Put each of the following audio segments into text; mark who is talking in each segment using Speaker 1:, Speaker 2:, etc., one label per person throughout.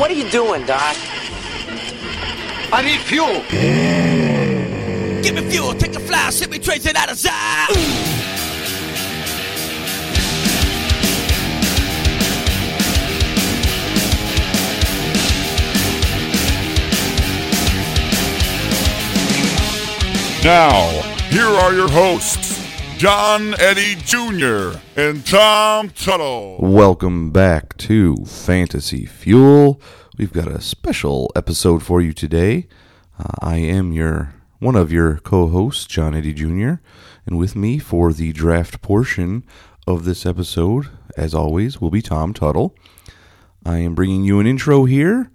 Speaker 1: What are you doing, Doc?
Speaker 2: I need fuel.
Speaker 3: Give me fuel, take a fly, send me trace it out of sight.
Speaker 4: Now, here are your hosts, John Eddie Jr. and Tom Tuttle.
Speaker 5: Welcome back to Fantasy Fuel. We've got a special episode for you today. Uh, I am your one of your co-hosts, John Eddie Jr., and with me for the draft portion of this episode, as always, will be Tom Tuttle. I am bringing you an intro here,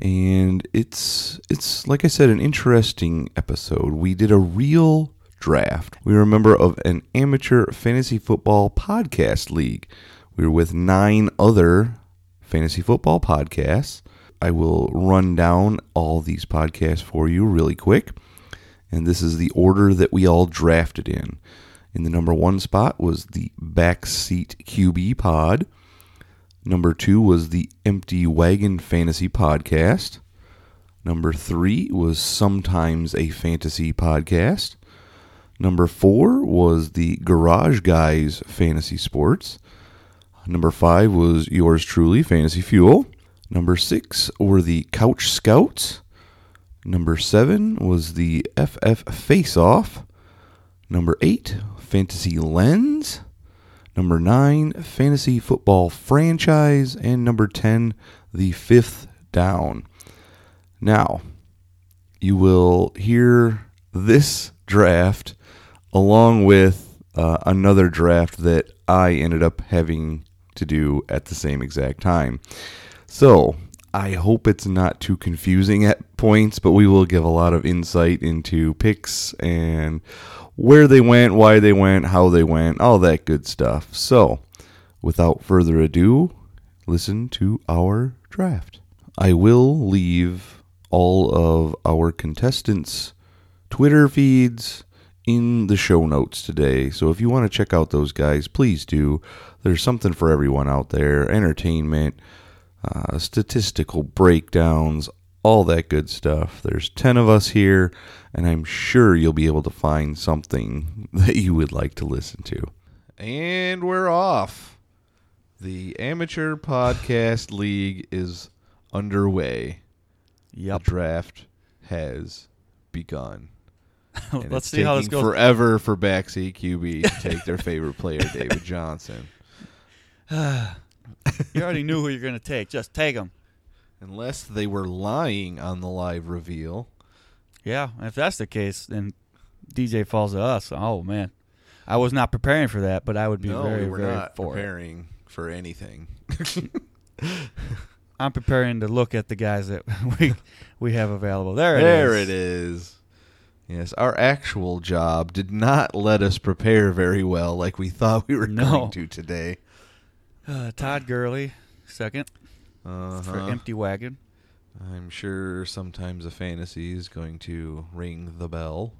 Speaker 5: and it's it's like I said, an interesting episode. We did a real draft. We were a member of an amateur fantasy football podcast league. We were with nine other fantasy football podcasts. I will run down all these podcasts for you really quick. And this is the order that we all drafted in. In the number one spot was the Backseat QB pod. Number two was the Empty Wagon Fantasy Podcast. Number three was Sometimes a Fantasy Podcast. Number four was the Garage Guys Fantasy Sports. Number five was Yours Truly Fantasy Fuel. Number six were the Couch Scouts. Number seven was the FF Face Off. Number eight, Fantasy Lens. Number nine, Fantasy Football Franchise. And number 10, The Fifth Down. Now, you will hear this draft along with uh, another draft that I ended up having to do at the same exact time. So I hope it's not too confusing at points, but we will give a lot of insight into picks and where they went, why they went, how they went, all that good stuff. So without further ado, listen to our draft. I will leave all of our contestants' Twitter feeds in the show notes today. So if you want to check out those guys, please do. There's something for everyone out there entertainment, uh, statistical breakdowns, all that good stuff. There's 10 of us here, and I'm sure you'll be able to find something that you would like to listen to. And we're off. The Amateur Podcast League is underway. The draft has begun. And
Speaker 6: Let's
Speaker 5: it's
Speaker 6: see how this
Speaker 5: taking
Speaker 6: goes.
Speaker 5: Forever for backseat QB to take their favorite player, David Johnson,
Speaker 6: you already knew who you're going to take. Just take them.
Speaker 5: unless they were lying on the live reveal.
Speaker 6: Yeah, if that's the case, then DJ falls to us. Oh man, I was not preparing for that, but I would be
Speaker 5: no,
Speaker 6: very,
Speaker 5: we were
Speaker 6: very
Speaker 5: not
Speaker 6: for it.
Speaker 5: preparing for anything.
Speaker 6: I'm preparing to look at the guys that we we have available. There,
Speaker 5: there
Speaker 6: it
Speaker 5: it
Speaker 6: is.
Speaker 5: is. Yes, our actual job did not let us prepare very well, like we thought we were
Speaker 6: No.
Speaker 5: going to today.
Speaker 6: Uh, Todd Gurley, second for
Speaker 5: Uh-huh.
Speaker 6: empty wagon.
Speaker 5: I'm sure sometimes a fantasy is going to ring the bell.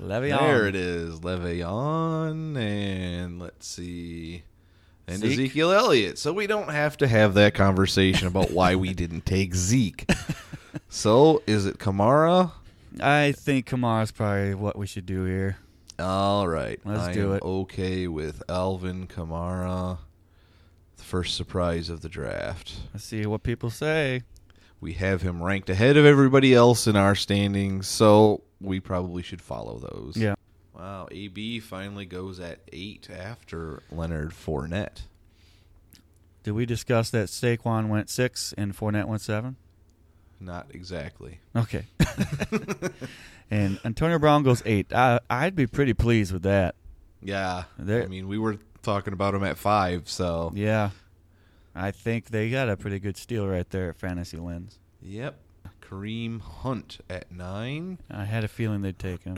Speaker 6: Le'Veon.
Speaker 5: There it is, Le'Veon, and let's see, and
Speaker 6: Zeke?
Speaker 5: Ezekiel Elliott. So we don't have to have that conversation about why we didn't take Zeke. so is it Kamara?
Speaker 6: I think Kamara's probably what we should do here.
Speaker 5: All right,
Speaker 6: Let's
Speaker 5: I
Speaker 6: do
Speaker 5: am
Speaker 6: it.
Speaker 5: Okay with Alvin Kamara, the first surprise of the draft.
Speaker 6: Let's see what people say.
Speaker 5: We have him ranked ahead of everybody else in our standings, so we probably should follow those.
Speaker 6: Yeah.
Speaker 5: Wow, AB finally goes at eight after Leonard Fournette.
Speaker 6: Did we discuss that Saquon went six and Fournette went seven?
Speaker 5: Not exactly.
Speaker 6: Okay. and Antonio Brown goes eight. I, I'd be pretty pleased with that.
Speaker 5: Yeah.
Speaker 6: There-
Speaker 5: I mean, we were talking about him at five, so.
Speaker 6: Yeah. I think they got a pretty good steal right there at Fantasy Lens.
Speaker 5: Yep. Kareem Hunt at nine.
Speaker 6: I had a feeling they'd take him.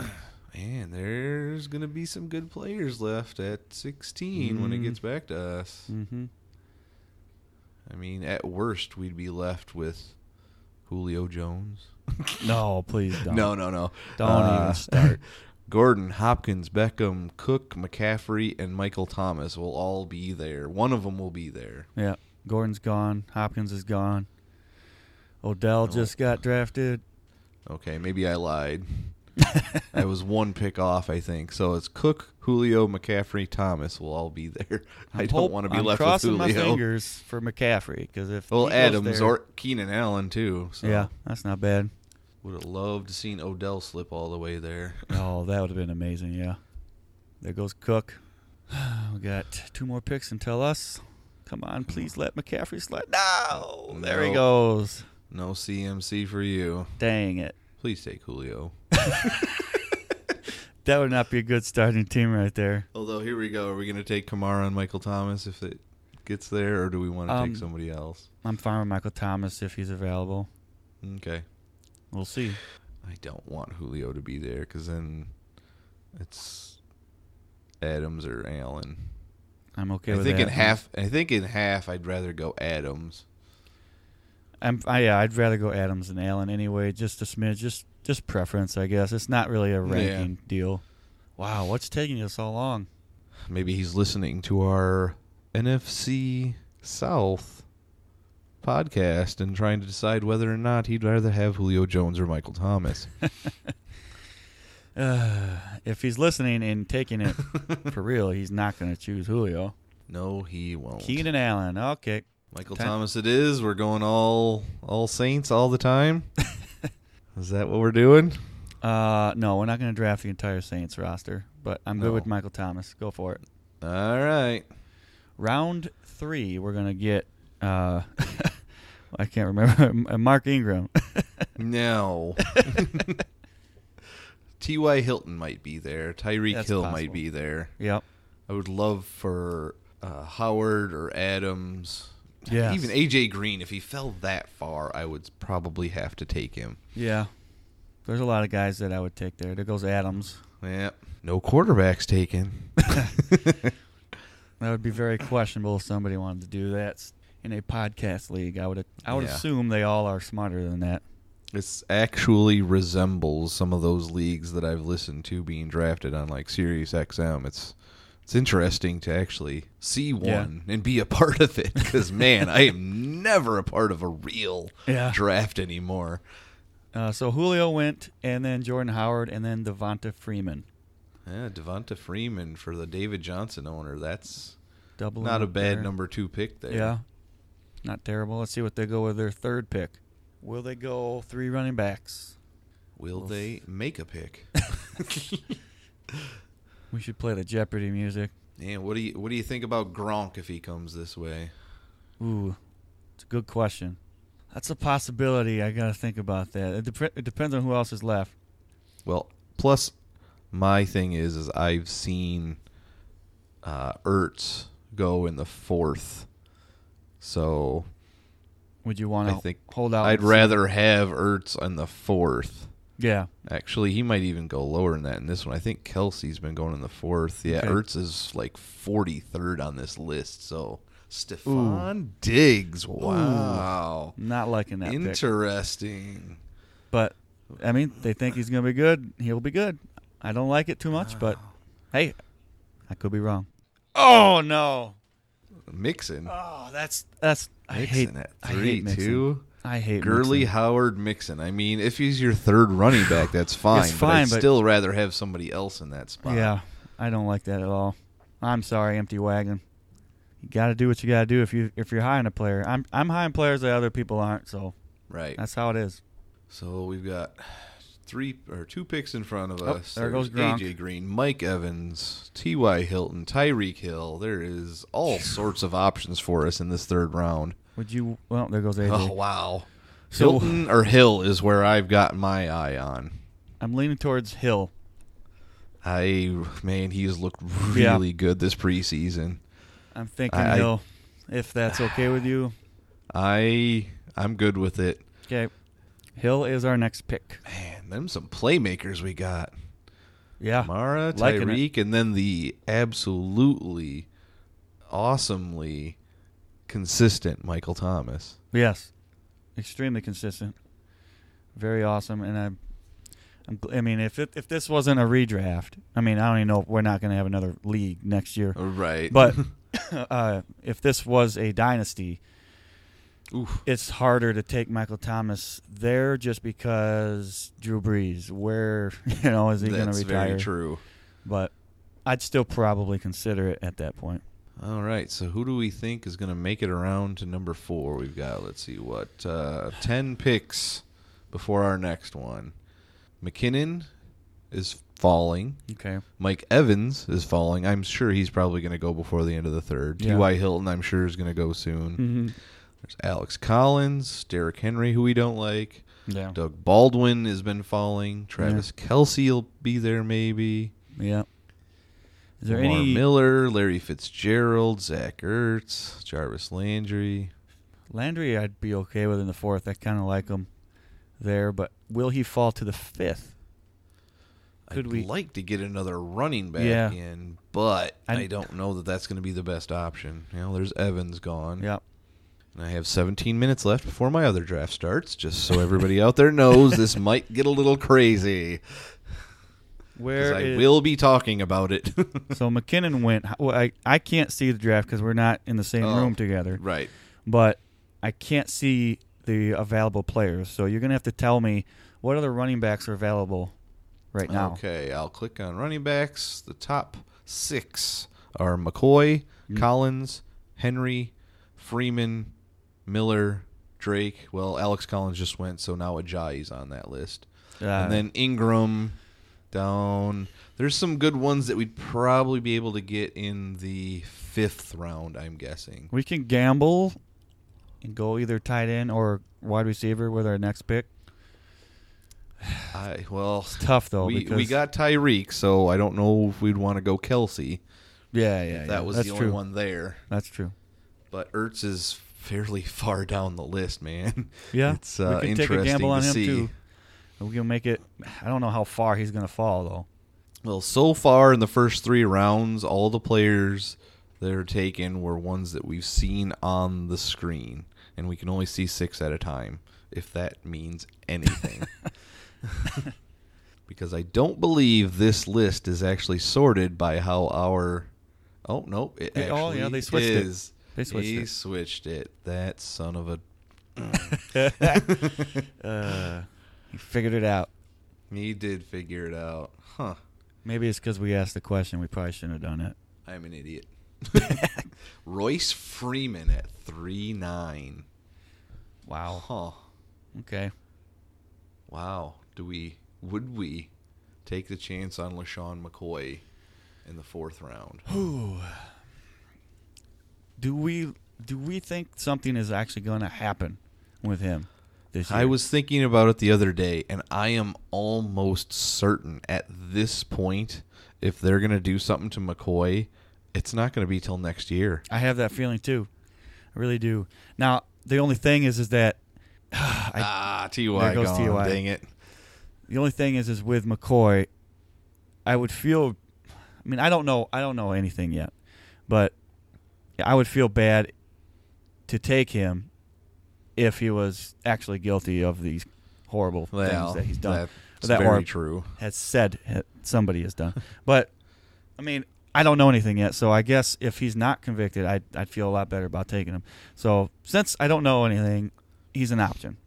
Speaker 5: Man, there's going to be some good players left at 16 when it
Speaker 6: Mm-hmm.
Speaker 5: gets back to us.
Speaker 6: hmm
Speaker 5: I mean, at worst, we'd be left with Julio Jones.
Speaker 6: No, please don't.
Speaker 5: No, no, no.
Speaker 6: Don't
Speaker 5: Uh,
Speaker 6: even start.
Speaker 5: Gordon, Hopkins, Beckham, Cook, McCaffrey, and Michael Thomas will all be there. One of them will be there.
Speaker 6: Yeah. Gordon's gone. Hopkins is gone. Odell just got drafted.
Speaker 5: Okay, maybe I lied. I was one pick off, I think. So it's Cook, Julio, McCaffrey, Thomas will all be there. I
Speaker 6: I'm
Speaker 5: don't
Speaker 6: hope-
Speaker 5: want to be
Speaker 6: I'm
Speaker 5: left with
Speaker 6: crossing
Speaker 5: Julio.
Speaker 6: my fingers for McCaffrey because if
Speaker 5: Well,
Speaker 6: he goes
Speaker 5: Adams
Speaker 6: there-
Speaker 5: or Keenan Allen too. So
Speaker 6: yeah, that's not bad.
Speaker 5: would have loved to seen Odell slip all the way there.
Speaker 6: Oh, that would have been amazing. Yeah. There goes Cook. We got two more picks until us. Come on, please let McCaffrey slide. No, there he
Speaker 5: No.
Speaker 6: goes.
Speaker 5: No CMC for you.
Speaker 6: Dang it.
Speaker 5: Please take Julio.
Speaker 6: That would not be a good starting team right there.
Speaker 5: Although here we go. Are we going to take Kamara and Michael Thomas if it gets there, or do we want to
Speaker 6: Um,
Speaker 5: take somebody else?
Speaker 6: I'm fine with Michael Thomas if he's available.
Speaker 5: Okay.
Speaker 6: We'll see.
Speaker 5: I don't want Julio to be there because then it's Adams or Allen.
Speaker 6: I'm okay
Speaker 5: I
Speaker 6: with
Speaker 5: think
Speaker 6: that.
Speaker 5: in half. I think in half, I'd rather go Adams.
Speaker 6: I'm, I, yeah, I'd rather go Adams than Allen anyway. Just a smidge, just just preference, I guess. It's not really a ranking deal. Wow, what's taking you so long?
Speaker 5: Maybe he's listening to our NFC South podcast and trying to decide whether or not he'd rather have Julio Jones or Michael Thomas.
Speaker 6: If he's listening and taking it for real, he's not going to choose Julio.
Speaker 5: no, he won't.
Speaker 6: Keenan Allen, okay.
Speaker 5: Michael
Speaker 6: Time-
Speaker 5: Thomas it is. We're going all all Saints all the time. is that what we're doing?
Speaker 6: Uh, no, we're not going to draft the entire Saints roster, but I'm good
Speaker 5: No.
Speaker 6: with Michael Thomas. Go for it.
Speaker 5: All right.
Speaker 6: Round three, we're going to get. Uh, I can't remember. uh, Mark Ingram.
Speaker 5: No. T.Y. Hilton might be there. Tyreek
Speaker 6: That's
Speaker 5: Hill
Speaker 6: possible.
Speaker 5: might be there.
Speaker 6: yep.
Speaker 5: I would love for uh, Howard or Adams.
Speaker 6: Yes.
Speaker 5: Even AJ Green, if he fell that far, I would probably have to take him.
Speaker 6: Yeah. There's a lot of guys that I would take there. There goes Adams.
Speaker 5: Yeah. No quarterbacks taken.
Speaker 6: That would be very questionable if somebody wanted to do that s- in a podcast league. I would I would
Speaker 5: Yeah.
Speaker 6: assume they all are smarter than that.
Speaker 5: This actually resembles some of those leagues that I've listened to being drafted on like Sirius XM. It's it's interesting to actually see one and be a part of it because man, I am never a part of a real
Speaker 6: Yeah.
Speaker 5: draft anymore.
Speaker 6: Uh, so Julio went, and then Jordan Howard, and then Devonta Freeman.
Speaker 5: Yeah, Devonta Freeman for the David Johnson owner. That's
Speaker 6: Double
Speaker 5: not a
Speaker 6: up
Speaker 5: bad
Speaker 6: there.
Speaker 5: number two pick there.
Speaker 6: Yeah, not terrible. Let's see what they go with their third pick. Will they go three running backs?
Speaker 5: Will they make a pick?
Speaker 6: We should play the Jeopardy music.
Speaker 5: Man, what do you what do you think about Gronk if he comes this way?
Speaker 6: Ooh, it's a good question. That's a possibility. I gotta think about that. It, dep- it depends on who else is left.
Speaker 5: Well, plus my thing is is I've seen uh Ertz go in the fourth. So
Speaker 6: Would you want
Speaker 5: I
Speaker 6: to
Speaker 5: think
Speaker 6: hold out?
Speaker 5: I'd
Speaker 6: and see-
Speaker 5: rather have Ertz on the fourth.
Speaker 6: Yeah.
Speaker 5: Actually, he might even go lower than that in this one. I think Kelsey's been going in the fourth. Yeah,
Speaker 6: Okay.
Speaker 5: Ertz is like forty third on this list. So Stephon Diggs. Wow.
Speaker 6: Not liking that pick.
Speaker 5: Interesting.
Speaker 6: But I mean, they think he's gonna be good. He'll be good. I don't like it too much, but hey, I could be wrong. Oh no!
Speaker 5: Mixon.
Speaker 6: Oh, that's that's I hate
Speaker 5: Mixon at
Speaker 6: I hate
Speaker 5: three,
Speaker 6: Mixon.
Speaker 5: two.
Speaker 6: I hate
Speaker 5: Gurley,
Speaker 6: Mixon.
Speaker 5: Howard, Mixon. I mean, if he's your third running back, that's fine.
Speaker 6: fine,
Speaker 5: but I'd
Speaker 6: but-
Speaker 5: still rather have somebody else in that spot.
Speaker 6: Yeah, I don't like that at all. I'm sorry, empty wagon. You got to do what you got to do if you if you're hiring a player. I'm I'm hiring players that other people aren't, so
Speaker 5: Right.
Speaker 6: that's how it is.
Speaker 5: So we've got three or two picks in front of
Speaker 6: Oh,
Speaker 5: us.
Speaker 6: there
Speaker 5: There's
Speaker 6: goes Gronk.
Speaker 5: AJ Green, Mike Evans, T.Y. Hilton, Tyreek Hill. There is all sorts of options for us in this third round.
Speaker 6: Would you? Well, there goes AJ.
Speaker 5: Oh wow.
Speaker 6: So-
Speaker 5: Hilton or Hill is where I've got my eye on.
Speaker 6: I'm leaning towards Hill.
Speaker 5: I man, he's looked
Speaker 6: Yeah.
Speaker 5: really good this preseason.
Speaker 6: I'm thinking
Speaker 5: I- I-
Speaker 6: Hill, if that's okay with you.
Speaker 5: I I'm good with it.
Speaker 6: Okay. Hill is our next pick.
Speaker 5: Man, them some playmakers we got.
Speaker 6: Yeah.
Speaker 5: Mara,
Speaker 6: Liking it.
Speaker 5: Tyreek, and then the absolutely awesomely consistent Michael Thomas.
Speaker 6: Yes. Extremely consistent. Very awesome, and I'm I'm, gl- I mean, if it, if this wasn't a redraft, I mean, I don't even know if we're not going to have another league next year.
Speaker 5: Right.
Speaker 6: But uh, if this was a dynasty, it's harder to take Michael Thomas there just because Drew Brees. Where you know is he going to
Speaker 5: that's
Speaker 6: retire?
Speaker 5: very true.
Speaker 6: But I'd still probably consider it at that point.
Speaker 5: All right, so who do we think is going to make it around to number four? We've got, let's see, what, uh, 10 picks before our next one. McKinnon is falling.
Speaker 6: Okay.
Speaker 5: Mike Evans is falling. I'm sure he's probably going to go before the end of the third.
Speaker 6: Yeah.
Speaker 5: T.Y. Hilton, I'm sure, is going to go soon.
Speaker 6: Mm-hmm.
Speaker 5: There's Alex Collins, Derrick Henry, who we don't like.
Speaker 6: Yeah.
Speaker 5: Doug Baldwin has been falling. Travis Kelsey will be there maybe.
Speaker 6: Yeah. Is there
Speaker 5: Lamar
Speaker 6: any
Speaker 5: Miller, Larry Fitzgerald, Zach Ertz, Jarvis Landry.
Speaker 6: Landry? I'd be okay with in the fourth. I kind of like him there, but will he fall to the fifth? Could
Speaker 5: I'd
Speaker 6: we-
Speaker 5: like to get another running back
Speaker 6: Yeah.
Speaker 5: in, but I,
Speaker 6: I'd-
Speaker 5: don't know that that's going to be the best option. You know, there's Evans gone,
Speaker 6: Yeah.
Speaker 5: and I have 17 minutes left before my other draft starts. Just so everybody out there knows, this might get a little crazy. 'cause
Speaker 6: Where
Speaker 5: I
Speaker 6: is-
Speaker 5: will be talking about it.
Speaker 6: So McKinnon went. h- Well, I I can't see the draft because we're not in the same
Speaker 5: Oh.
Speaker 6: room together.
Speaker 5: right.
Speaker 6: But I can't see the available players. So you're gonna have to tell me what other running backs are available right now.
Speaker 5: Okay, I'll click on running backs. The top six are McCoy,
Speaker 6: Mm.
Speaker 5: Collins, Henry, Freeman, Miller, Drake. Well, Alex Collins just went, so now Ajayi's on that list.
Speaker 6: Uh,
Speaker 5: and then Ingram down. There's some good ones that we'd probably be able to get in the fifth round, I'm guessing.
Speaker 6: we can gamble and go either tight end or wide receiver with our next pick.
Speaker 5: I, well,
Speaker 6: It's tough though.
Speaker 5: we, we
Speaker 6: because-
Speaker 5: got Tyreek, so I don't know if we'd want to go Kelsey.
Speaker 6: yeah yeah. yeah.
Speaker 5: That was
Speaker 6: That's
Speaker 5: the
Speaker 6: true.
Speaker 5: only one there.
Speaker 6: That's true.
Speaker 5: but Ertz is fairly far down the list, man.
Speaker 6: Yeah,
Speaker 5: it's uh,
Speaker 6: we can
Speaker 5: interesting
Speaker 6: take a gamble
Speaker 5: to
Speaker 6: on him
Speaker 5: see.
Speaker 6: too. We can make it. I don't know how far he's gonna fall though.
Speaker 5: Well, so far in the first three rounds, all the players that are taken were ones that we've seen on the screen, and we can only see six at a time, if that means anything. because I don't believe this list is actually sorted by how our. Oh no! It
Speaker 6: Yeah,
Speaker 5: actually
Speaker 6: oh, yeah, they switched it.
Speaker 5: is.
Speaker 6: They switched
Speaker 5: They
Speaker 6: it.
Speaker 5: switched it. That son of a
Speaker 6: Uh, He figured it out.
Speaker 5: He did figure it out. Huh.
Speaker 6: Maybe it's because we asked the question. We probably shouldn't have done it.
Speaker 5: I'm an idiot. Royce Freeman at three nine.
Speaker 6: Wow.
Speaker 5: Huh.
Speaker 6: Okay.
Speaker 5: Wow. Do we would we take the chance on LaShawn McCoy in the fourth round?
Speaker 6: Do we do we think something is actually going to happen with him this year?
Speaker 5: I was thinking about it the other day, and I am almost certain at this point, if they're gonna do something to McCoy, it's not gonna be till next year.
Speaker 6: I have that feeling too. I really do. Now the only thing is, is that
Speaker 5: ah, Ty
Speaker 6: There goes
Speaker 5: gone.
Speaker 6: TY.
Speaker 5: Dang it.
Speaker 6: the only thing is, is with McCoy, I would feel. I mean, I don't know. I don't know anything yet, but I would feel bad to take him if he was actually guilty of these horrible
Speaker 5: Well,
Speaker 6: things that he's done.
Speaker 5: That's
Speaker 6: That
Speaker 5: very
Speaker 6: or-
Speaker 5: true.
Speaker 6: has said that somebody has done. But I mean, I don't know anything yet, so I guess if he's not convicted, I'd, I'd feel a lot better about taking him. So since I don't know anything, he's an option.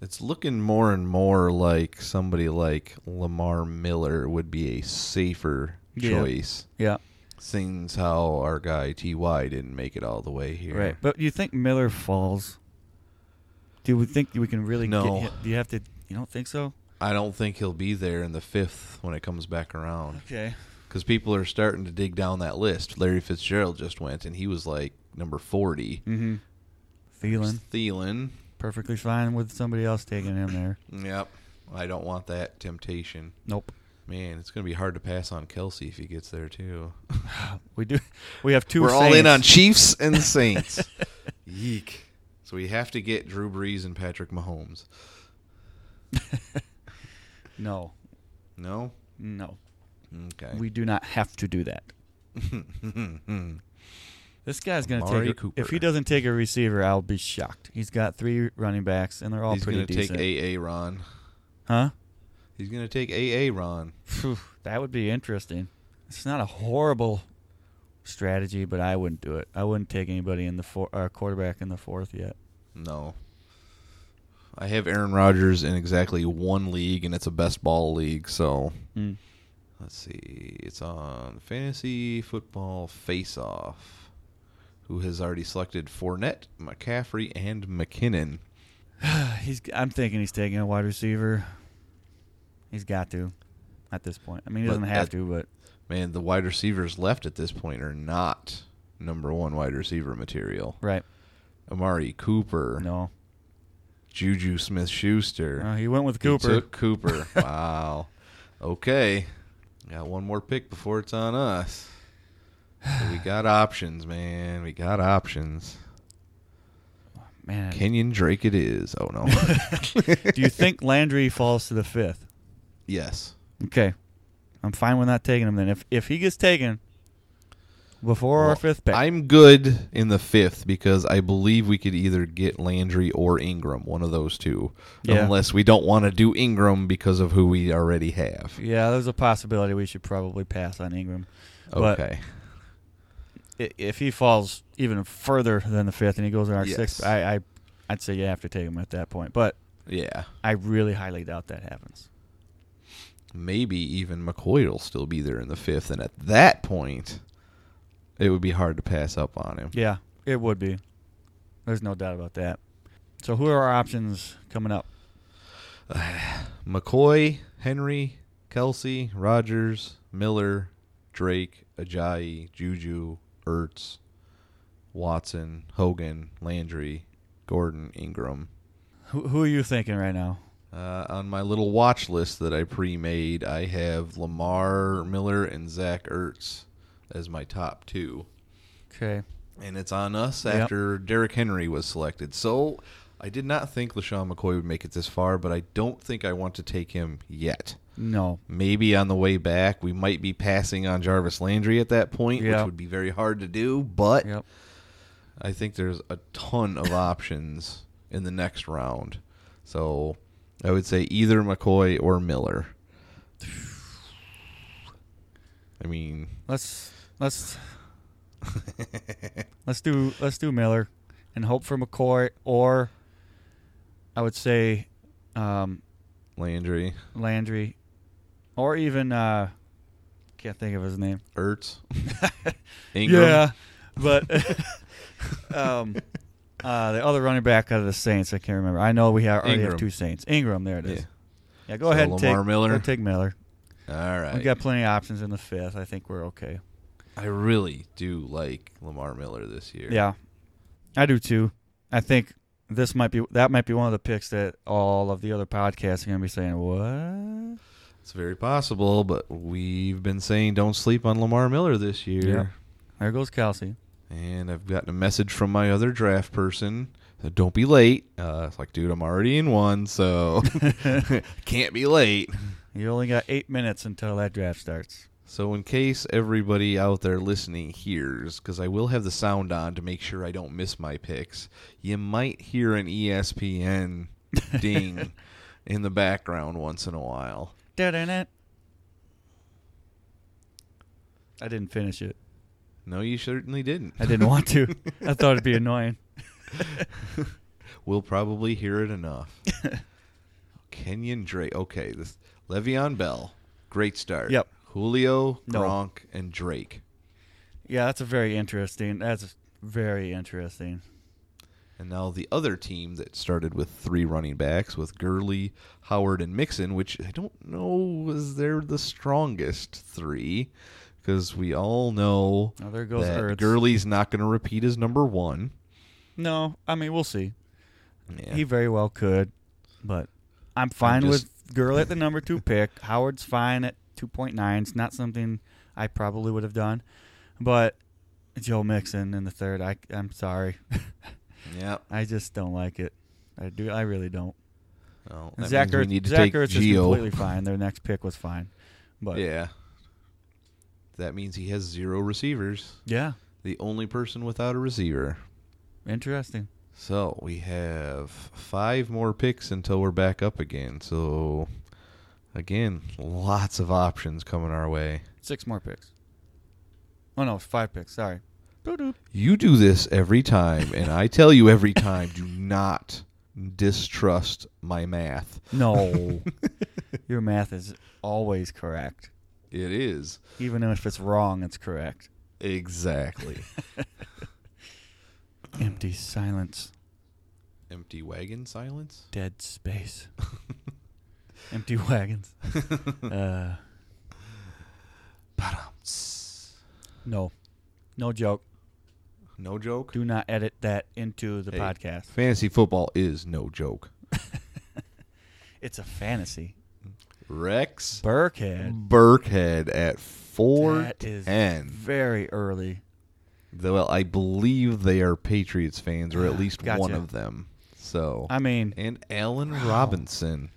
Speaker 5: It's looking more and more like somebody like Lamar Miller would be a safer
Speaker 6: Yeah.
Speaker 5: choice.
Speaker 6: Yeah,
Speaker 5: Since how our guy Ty didn't make it all the way here.
Speaker 6: right. But you think Miller falls? Do we think we can really?
Speaker 5: No.
Speaker 6: Get, do you have to? You don't think so?
Speaker 5: I don't think he'll be there in the fifth when it comes back around
Speaker 6: Okay.
Speaker 5: because people are starting to dig down that list. Larry Fitzgerald just went and he was like number forty.
Speaker 6: Mm-hmm. Thielen,
Speaker 5: Thielen.
Speaker 6: perfectly fine with somebody else taking him there.
Speaker 5: Yep. I don't want that temptation.
Speaker 6: Nope.
Speaker 5: Man, it's going to be hard to pass on Kelsey if he gets there too.
Speaker 6: We do. We have 2
Speaker 5: We're all in
Speaker 6: Saints.
Speaker 5: on Chiefs and Saints. Yeek. So we have to get Drew Brees and Patrick Mahomes.
Speaker 6: no,
Speaker 5: No?
Speaker 6: no.
Speaker 5: Okay.
Speaker 6: We do not have to do that. this guy's going to
Speaker 5: Amari
Speaker 6: take. A,
Speaker 5: Cooper.
Speaker 6: if he doesn't take a receiver, I'll be shocked. He's got three running backs, and they're all
Speaker 5: He's
Speaker 6: pretty
Speaker 5: going to
Speaker 6: decent.
Speaker 5: take AA Ron.
Speaker 6: Huh?
Speaker 5: He's gonna take AA Ron.
Speaker 6: Phew, that would be interesting. It's not a horrible strategy, but I wouldn't do it. I wouldn't take anybody in the four, uh, quarterback in the fourth yet.
Speaker 5: No. I have Aaron Rodgers in exactly one league, and it's a best ball league. So
Speaker 6: Mm.
Speaker 5: let's see. It's on Fantasy Football Face Off, who has already selected Fournette, McCaffrey, and McKinnon.
Speaker 6: He's. I'm thinking he's taking a wide receiver. He's got to, at this point. I mean, he
Speaker 5: But
Speaker 6: doesn't have
Speaker 5: that-
Speaker 6: to, but
Speaker 5: Man, the wide receivers left at this point are not number one wide receiver material.
Speaker 6: right.
Speaker 5: Amari Cooper,
Speaker 6: No,
Speaker 5: Juju Smith Schuster.
Speaker 6: Uh, he went with
Speaker 5: He
Speaker 6: Cooper.
Speaker 5: took Cooper. wow. Okay. Got one more pick before it's on us. So we got options, man. We got options.
Speaker 6: Man,
Speaker 5: Kenyon Drake it is. Oh no.
Speaker 6: do you think Landry falls to the fifth?
Speaker 5: yes.
Speaker 6: Okay, I'm fine with not taking him then. If if he gets taken before our
Speaker 5: Well,
Speaker 6: fifth pick,
Speaker 5: I'm good in the fifth because I believe we could either get Landry or Ingram, one of those two.
Speaker 6: Yeah.
Speaker 5: Unless we don't want to do Ingram because of who we already have.
Speaker 6: yeah, there's a possibility we should probably pass on Ingram. But
Speaker 5: Okay.
Speaker 6: i- if he falls even further than the fifth and he goes in our
Speaker 5: Yes.
Speaker 6: sixth, I, I I'd say you have to take him at that point. But
Speaker 5: yeah.
Speaker 6: I really highly doubt that happens.
Speaker 5: maybe even McCoy will still be there in the fifth, and at that point, it would be hard to pass up on him.
Speaker 6: Yeah, it would be. There's no doubt about that. So who are our options coming up?
Speaker 5: McCoy, Henry, Kelsey, Rogers, Miller, Drake, Ajayi, Juju, Ertz, Watson, Hogan, Landry, Gordon, Ingram.
Speaker 6: Who, who are you thinking right now?
Speaker 5: Uh, on my little watch list that I pre-made, I have Lamar Miller and Zach Ertz as my top two.
Speaker 6: Okay.
Speaker 5: and it's on us
Speaker 6: Yep.
Speaker 5: after Derrick Henry was selected. So I did not think LaShawn McCoy would make it this far, but I don't think I want to take him yet.
Speaker 6: No.
Speaker 5: Maybe on the way back, we might be passing on Jarvis Landry at that point,
Speaker 6: Yeah.
Speaker 5: which would be very hard to do, but
Speaker 6: Yep.
Speaker 5: I think there's a ton of options in the next round. So I would say either McCoy or Miller. I mean,
Speaker 6: Let's let's let's do let's do Miller and hope for McCoy or I would say um,
Speaker 5: Landry,
Speaker 6: Landry or even uh, can't think of his name.
Speaker 5: Ertz, Ingram.
Speaker 6: Yeah, but um, uh, the other running back out of the Saints, I can't remember. I know we have, already
Speaker 5: Ingram.
Speaker 6: have two Saints. Ingram, there it is.
Speaker 5: Yeah.
Speaker 6: Yeah, go
Speaker 5: So
Speaker 6: ahead. and
Speaker 5: Lamar
Speaker 6: take,
Speaker 5: Miller.
Speaker 6: go take Miller.
Speaker 5: All right.
Speaker 6: We've got plenty of options in the fifth. I think we're okay.
Speaker 5: I really do like Lamar Miller this year.
Speaker 6: Yeah, I do too. I think this might be that might be one of the picks that all of the other podcasts are going to be saying what.
Speaker 5: It's very possible, but we've been saying don't sleep on Lamar Miller this year.
Speaker 6: There goes Kelsey.
Speaker 5: And I've gotten a message from my other draft person. So don't be late. Uh, it's like, dude, I'm already in one, so can't be late.
Speaker 6: You only got eight minutes until that draft starts.
Speaker 5: So, in case everybody out there listening hears, because I will have the sound on to make sure I don't miss my picks, you might hear an E ESPN ding in the background once in a while.
Speaker 6: Da-da-da. I didn't finish it.
Speaker 5: No, you certainly didn't.
Speaker 6: I didn't want to. I thought it'd be annoying.
Speaker 5: We'll probably hear it enough. Kenyon Drake. Okay, this Le'Veon Bell, great start.
Speaker 6: Yep.
Speaker 5: Julio,
Speaker 6: No.
Speaker 5: Gronk, and Drake,
Speaker 6: Yeah, that's a very interesting. That's very interesting.
Speaker 5: and now the other team that started with three running backs with Gurley, Howard, and Mixon, which I don't know was they're the strongest three, because we all know
Speaker 6: Oh, there goes
Speaker 5: that
Speaker 6: Ertz.
Speaker 5: Gurley's not going to repeat as number one.
Speaker 6: No, I mean we'll see.
Speaker 5: Yeah.
Speaker 6: He very well could, but I'm fine
Speaker 5: just-
Speaker 6: with Girl at the number two pick. Howard's fine at two point nine. It's not something I probably would have done, but Joe Mixon in the third. I I'm sorry.
Speaker 5: yeah.
Speaker 6: I just don't like it. I do. I really don't.
Speaker 5: Well,
Speaker 6: And
Speaker 5: that
Speaker 6: Zach
Speaker 5: means we
Speaker 6: Ertz,
Speaker 5: need to
Speaker 6: Zach
Speaker 5: take
Speaker 6: Ertz is
Speaker 5: Gio.
Speaker 6: completely fine. Their next pick was fine, but
Speaker 5: Yeah. That means he has zero receivers.
Speaker 6: yeah,
Speaker 5: The only person without a receiver.
Speaker 6: interesting.
Speaker 5: So we have five more picks until we're back up again. So Again, lots of options coming our way.
Speaker 6: Six more picks. Oh no, five picks. Sorry. Doo-doo.
Speaker 5: You do this every time, and I tell you every time do not distrust my math.
Speaker 6: No, your math is always correct.
Speaker 5: It is.
Speaker 6: Even if it's wrong, it's correct.
Speaker 5: Exactly.
Speaker 6: Empty silence,
Speaker 5: Empty wagon silence?
Speaker 6: dead space, empty wagons. Uh, no, no joke.
Speaker 5: No joke.
Speaker 6: Do not edit that into the
Speaker 5: Hey,
Speaker 6: podcast.
Speaker 5: Fantasy football is no joke.
Speaker 6: It's a fantasy.
Speaker 5: Rex
Speaker 6: Burkhead.
Speaker 5: Burkhead at four
Speaker 6: That is
Speaker 5: ten.
Speaker 6: very early.
Speaker 5: Well, I believe they are Patriots fans, or at least one
Speaker 6: Gotcha.
Speaker 5: of them. So
Speaker 6: I mean,
Speaker 5: and Allen Robinson.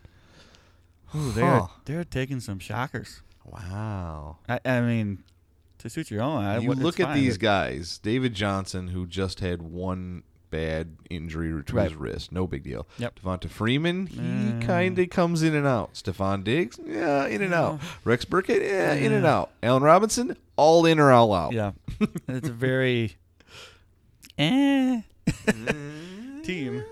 Speaker 6: ooh, they're
Speaker 5: Huh.
Speaker 6: they're taking some shockers.
Speaker 5: Wow.
Speaker 6: I, I mean, to suit your own. I,
Speaker 5: you
Speaker 6: would- it's
Speaker 5: look at
Speaker 6: fine,
Speaker 5: these
Speaker 6: but-
Speaker 5: guys, David Johnson, who just had one bad injury to his
Speaker 6: Right.
Speaker 5: wrist, no big deal.
Speaker 6: Yep.
Speaker 5: Devonta Freeman, he
Speaker 6: Mm.
Speaker 5: kind of comes in and out. Stephon Diggs, yeah, in and out. Rex Burkhead, yeah, in and out. Allen Robinson, all in or all out.
Speaker 6: Mm. Yeah, it's a very eh team.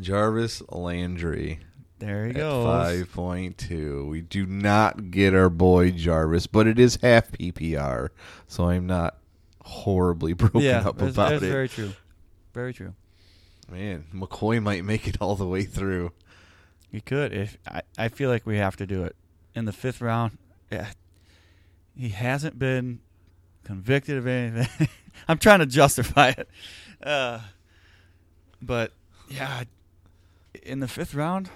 Speaker 5: Jarvis Landry
Speaker 6: There you
Speaker 5: at
Speaker 6: go.
Speaker 5: five point two. We do not get our boy Jarvis, but it is half PPR, so I'm not horribly broken
Speaker 6: Yeah,
Speaker 5: up
Speaker 6: that's,
Speaker 5: about
Speaker 6: that's
Speaker 5: it.
Speaker 6: very true. Very true.
Speaker 5: Man, McCoy might make it all the way through.
Speaker 6: You could if I, I feel like we have to do it in the fifth round. Yeah, he hasn't been convicted of anything. I'm trying to justify it, uh, but yeah, in the fifth round,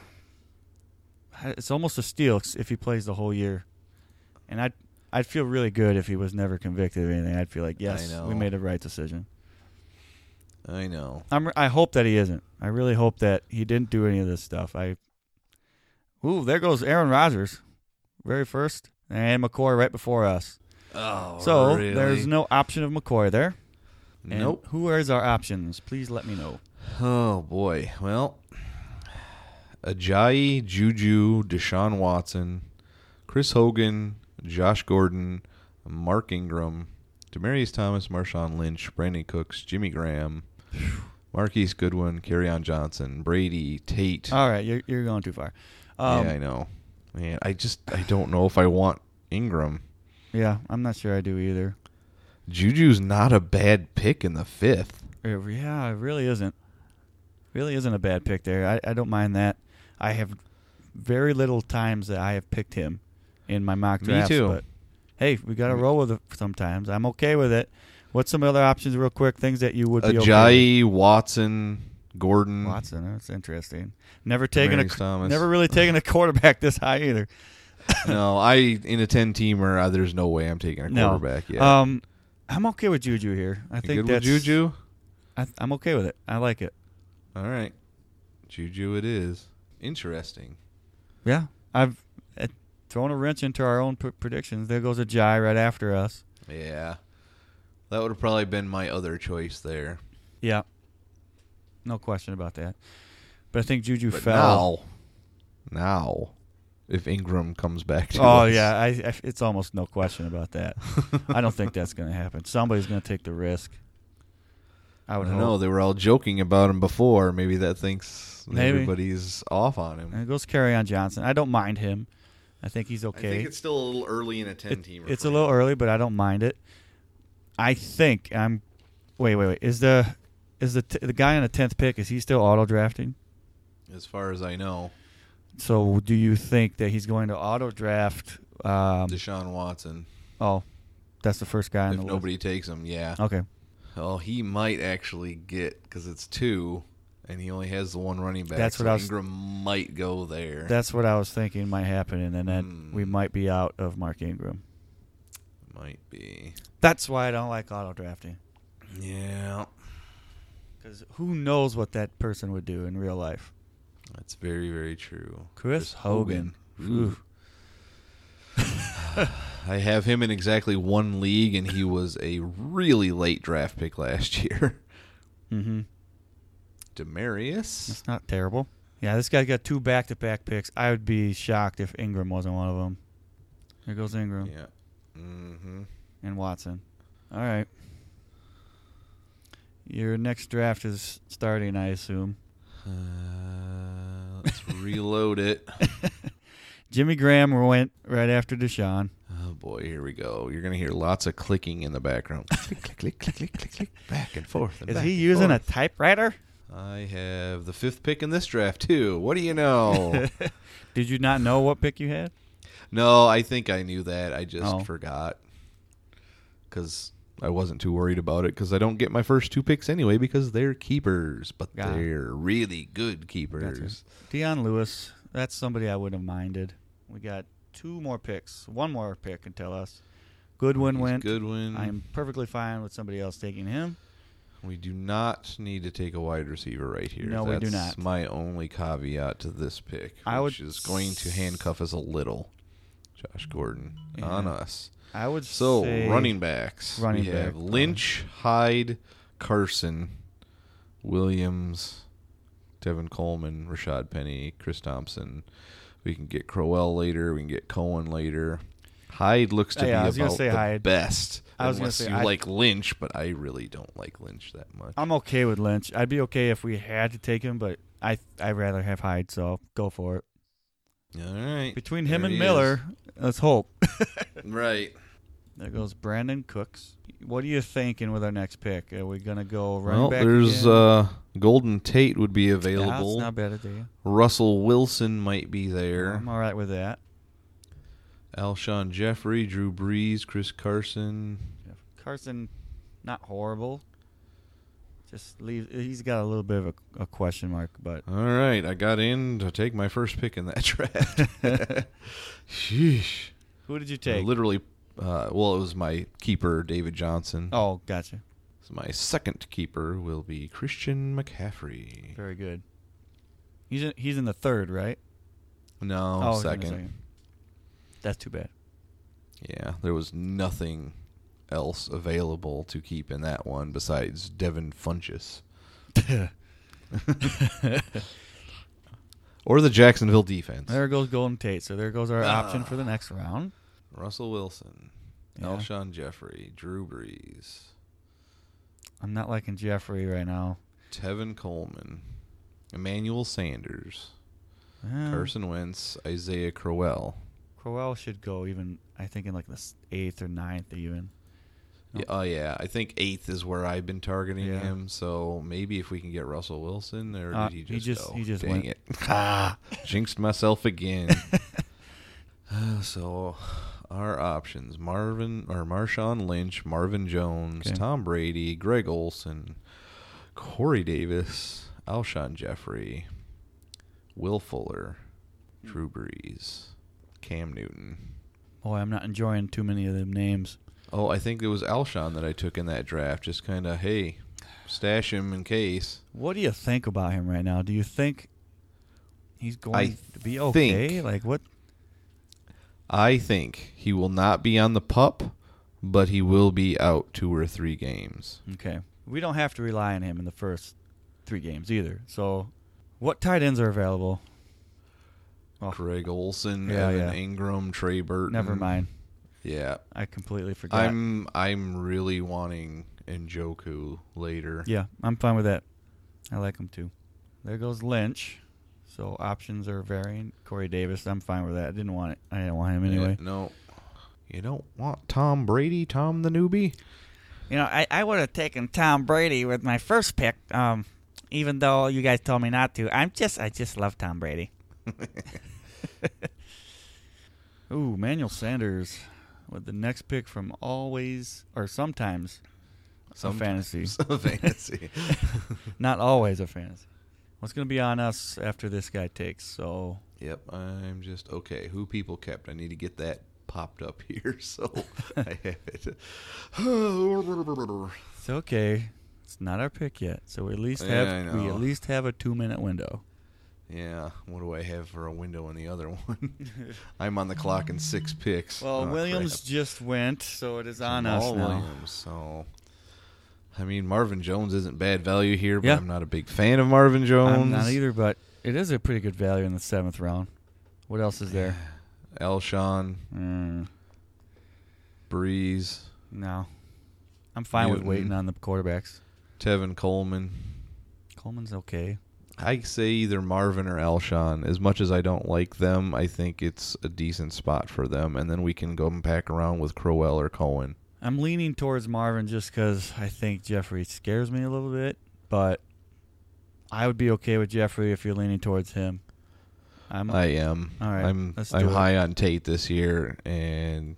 Speaker 6: it's almost a steal if he plays the whole year, and I'd I'd feel really good if he was never convicted of anything. I'd feel like yes,
Speaker 5: know.
Speaker 6: we made the right decision.
Speaker 5: I know.
Speaker 6: I'm I hope that he isn't. I really hope that he didn't do any of this stuff. I Ooh, there goes Aaron Rodgers. Very first. And McCoy right before us.
Speaker 5: Oh,
Speaker 6: So there's no option of McCoy there. And
Speaker 5: nope.
Speaker 6: Who is our options? Please let me know.
Speaker 5: Oh boy. Well, Ajayi, Juju, Deshaun Watson, Chris Hogan, Josh Gordon, Mark Ingram, Demarius Thomas, Marshawn Lynch, Brandon Cooks, Jimmy Graham, Marquise Goodwin, Carryon Johnson, Brady, Tate.
Speaker 6: All right, you're you're going too far. Um,
Speaker 5: yeah, I know. Man, I just I don't know if I want Ingram.
Speaker 6: yeah, I'm not sure I do either.
Speaker 5: Juju's not a bad pick in the fifth.
Speaker 6: Uh, Yeah, it really isn't. Really isn't a bad pick there. I, I don't mind that. I have very little times that I have picked him in my mock
Speaker 5: Me
Speaker 6: drafts.
Speaker 5: too. Mm.
Speaker 6: But hey, we got to roll with it sometimes. I'm okay with it. What's some other options, real quick? Things that you would
Speaker 5: Uh,
Speaker 6: be okay
Speaker 5: Ajayi, Watson, Gordon.
Speaker 6: with? Watson. That's interesting. Never taken a
Speaker 5: Demarius Thomas.
Speaker 6: never really taken a quarterback this high either.
Speaker 5: no, I in a ten teamer. Uh, there's no way I'm taking a
Speaker 6: No.
Speaker 5: quarterback yet.
Speaker 6: Um, I'm okay with Juju here. I
Speaker 5: You
Speaker 6: think
Speaker 5: good with
Speaker 6: that's
Speaker 5: Juju.
Speaker 6: I, I'm okay with it. I like it.
Speaker 5: All right, Juju. It is interesting.
Speaker 6: Yeah, I've uh, thrown a wrench into our own p- predictions. There goes a Jai right after us.
Speaker 5: Yeah, that would have probably been my other choice there.
Speaker 6: Yeah, no question about that. But I think Juju
Speaker 5: But
Speaker 6: fell.
Speaker 5: now, now, if Ingram comes back, to
Speaker 6: oh
Speaker 5: us-
Speaker 6: yeah, I, I, it's almost no question about that. I don't think that's going to happen. Somebody's going to take the risk. I
Speaker 5: I
Speaker 6: would
Speaker 5: don't know.
Speaker 6: hope.
Speaker 5: They were all joking about him before. Maybe that thinks
Speaker 6: Maybe.
Speaker 5: everybody's off on him.
Speaker 6: And it goes carry on Johnson. I don't mind him. I think he's okay.
Speaker 5: still a little early in a ten
Speaker 6: It- it's a little early, but I don't mind it. I think I'm. Wait, wait, wait. Is the is the t- the guy on the tenth pick? Is he still auto drafting?
Speaker 5: as far as I know.
Speaker 6: So do you think that he's going to auto draft? Um,
Speaker 5: Deshaun Watson.
Speaker 6: oh, that's the first guy on
Speaker 5: If
Speaker 6: the
Speaker 5: nobody takes him, yeah.
Speaker 6: list. Okay.
Speaker 5: Oh, he might actually get because it's two, and he only has the one running back.
Speaker 6: That's
Speaker 5: so
Speaker 6: what I was-
Speaker 5: Ingram might go there.
Speaker 6: That's what I was thinking might happen, and then that
Speaker 5: Hmm.
Speaker 6: we might be out of Mark Ingram.
Speaker 5: might be.
Speaker 6: That's why I don't like auto drafting,
Speaker 5: Yeah,
Speaker 6: because who knows what that person would do in real life?
Speaker 5: that's very very true.
Speaker 6: Chris Hogan. Ooh.
Speaker 5: I have him in exactly one league, and he was a really late draft pick last year.
Speaker 6: Mm-hmm.
Speaker 5: Demarius.
Speaker 6: That's not terrible. Yeah, this guy got two back-to-back picks. I would be shocked if Ingram wasn't one of them. Here goes Ingram
Speaker 5: Yeah. Mm-hmm.
Speaker 6: and Watson. All right. Your next draft is starting, I assume.
Speaker 5: Uh, let's reload it.
Speaker 6: Jimmy Graham went right after Deshaun.
Speaker 5: Oh boy, here we go. You're gonna hear lots of clicking in the background. click, click, click, click, click, click, click, back and forth.
Speaker 6: Is he using a typewriter?
Speaker 5: a? I have the fifth pick in this draft too. What do you know?
Speaker 6: Did you not know what pick you had?
Speaker 5: no, I think I knew that. I just
Speaker 6: Oh.
Speaker 5: forgot because I wasn't too worried about it because I don't get my first two picks anyway because they're keepers, but
Speaker 6: Got it.
Speaker 5: they're really good keepers.
Speaker 6: Deion Lewis. That's somebody I wouldn't have minded. We got two more picks. One more pick until us. Goodwin
Speaker 5: He's
Speaker 6: went.
Speaker 5: Goodwin.
Speaker 6: I'm perfectly fine with somebody else taking him.
Speaker 5: We do not need to take a wide receiver right here.
Speaker 6: No, we do
Speaker 5: That's
Speaker 6: not.
Speaker 5: My only caveat to this pick,
Speaker 6: I would
Speaker 5: which is going to handcuff us a little, Josh Gordon on us.
Speaker 6: I would
Speaker 5: So
Speaker 6: say
Speaker 5: running backs,
Speaker 6: running
Speaker 5: we have
Speaker 6: back,
Speaker 5: Lynch, Hyde, Carson, Williams, Devin Coleman, Rashad Penny, Chris Thompson. We can get Crowell later. We can get Cohen later. Hyde looks to
Speaker 6: Oh, yeah,
Speaker 5: be
Speaker 6: I was gonna
Speaker 5: about
Speaker 6: say
Speaker 5: the
Speaker 6: Hyde.
Speaker 5: best.
Speaker 6: I was gonna
Speaker 5: unless
Speaker 6: say
Speaker 5: you
Speaker 6: I-
Speaker 5: like Lynch, but I really don't like Lynch that much.
Speaker 6: I'm okay with Lynch. I'd be okay if we had to take him, but I I'd rather have Hyde. So go for it.
Speaker 5: All right.
Speaker 6: Between him and Miller, let's hope.
Speaker 5: Right.
Speaker 6: There goes Brandon Cooks. What are you thinking with our next pick? Are we gonna go running
Speaker 5: Well,
Speaker 6: back?
Speaker 5: there's
Speaker 6: again?
Speaker 5: uh, Golden Tate would be
Speaker 6: Yeah, it's
Speaker 5: available.
Speaker 6: not bad idea.
Speaker 5: Russell Wilson might be there.
Speaker 6: I'm all right with that.
Speaker 5: Alshon Jeffrey, Drew Brees, Chris Carson.
Speaker 6: Carson, not horrible. Just leave. He's got a little bit of a, a question mark, but
Speaker 5: All right, I got in to take my first pick in that draft. Sheesh.
Speaker 6: who did you
Speaker 5: I
Speaker 6: take?
Speaker 5: literally, uh, well, it was my keeper, David Johnson.
Speaker 6: Oh, gotcha.
Speaker 5: So my second keeper will be Christian McCaffrey.
Speaker 6: Very good. He's in, he's in the third, right?
Speaker 5: No,
Speaker 6: he's in the
Speaker 5: second.
Speaker 6: That's too bad.
Speaker 5: Yeah, there was nothing else available to keep in that one besides Devin Funches or the Jacksonville defense.
Speaker 6: there goes Golden Tate. So there goes our option for the
Speaker 5: Ah.
Speaker 6: next round.
Speaker 5: Russell Wilson,
Speaker 6: Yeah.
Speaker 5: Alshon Jeffrey, Drew Brees,
Speaker 6: I'm not liking Jeffrey right now.
Speaker 5: Tevin Coleman, Emmanuel Sanders,
Speaker 6: Eh,
Speaker 5: Carson Wentz, Isaiah Crowell.
Speaker 6: Crowell should go even. I think in like the s- eighth or ninth even.
Speaker 5: Yeah, oh yeah, I think eighth is where I've been targeting
Speaker 6: Yeah.
Speaker 5: him. So maybe if we can get Russell Wilson, or
Speaker 6: Uh,
Speaker 5: did he just
Speaker 6: he just-
Speaker 5: go?
Speaker 6: he just
Speaker 5: Dang
Speaker 6: went.
Speaker 5: it! ah, jinxed myself again. Uh, so our options: Marvin or Marshawn Lynch, Marvin Jones,
Speaker 6: Okay.
Speaker 5: Tom Brady, Greg Olson, Corey Davis, Alshon Jeffrey, Will Fuller, Drew Brees, Cam Newton.
Speaker 6: Boy, I'm not enjoying too many of them names.
Speaker 5: Oh, I think it was Alshon that I took in that draft. Just kind of, hey, stash him in case.
Speaker 6: What do you think about him right now? Do you think he's going to be
Speaker 5: think-
Speaker 6: okay? like what?
Speaker 5: I think he will not be on the pup, but he will be out two or three games.
Speaker 6: Okay, we don't have to rely on him in the first three games either. So, what tight ends are available? Oh,
Speaker 5: Greg Olson,
Speaker 6: Yeah,
Speaker 5: Evan
Speaker 6: yeah.
Speaker 5: Ingram, Trey Burton.
Speaker 6: never mind.
Speaker 5: Yeah,
Speaker 6: I completely forgot.
Speaker 5: Mm. I'm I'm really wanting Njoku later.
Speaker 6: yeah, I'm fine with that. I like him too. There goes Lynch. So options are varying. Corey Davis, I'm fine with that. I didn't want it. I didn't want him
Speaker 5: Yeah,
Speaker 6: anyway.
Speaker 5: no, you don't want Tom Brady, Tom the newbie.
Speaker 1: You know, I, I would have taken Tom Brady with my first pick, um, even though you guys told me not to. I'm just, I just love Tom Brady.
Speaker 6: Ooh, Manuel Sanders with the next pick from always or sometimes a fantasy.
Speaker 5: fantasy.
Speaker 6: Not always a fantasy. What's going to be on us after this guy takes? So
Speaker 5: Yep, I'm just okay. Who people kept? I need to get that popped up here, so I have it.
Speaker 6: it's okay. It's not our pick yet. So we at least
Speaker 5: Yeah,
Speaker 6: have
Speaker 5: I
Speaker 6: we
Speaker 5: know.
Speaker 6: at least have a two minute window.
Speaker 5: yeah, what do I have for a window on the other one? I'm on the clock in six picks.
Speaker 6: Well,
Speaker 5: Oh,
Speaker 6: Williams
Speaker 5: crap.
Speaker 6: just went, so it is on us
Speaker 5: Jamal
Speaker 6: now.
Speaker 5: Williams, so. I mean, Marvin Jones isn't bad value here, but
Speaker 6: Yeah.
Speaker 5: I'm not a big fan of Marvin Jones.
Speaker 6: I'm not either, but it is a pretty good value in the seventh round. What else is there?
Speaker 5: Elshon,
Speaker 6: Mm,
Speaker 5: Breeze,
Speaker 6: no, I'm fine with waiting
Speaker 5: Newton.
Speaker 6: on the quarterbacks.
Speaker 5: Tevin Coleman.
Speaker 6: Coleman's okay.
Speaker 5: I say either Marvin or Elshon. As much as I don't like them, I think it's a decent spot for them, and then we can go and pack around with Crowell or Cohen.
Speaker 6: I'm leaning towards Marvin just because I think Jeffrey scares me a little bit, but I would be okay with Jeffrey if you're leaning towards him. I'm
Speaker 5: I am.
Speaker 6: Mm-hmm. All right,
Speaker 5: I'm
Speaker 6: let's
Speaker 5: I'm
Speaker 6: do it.
Speaker 5: high on Tate this year, and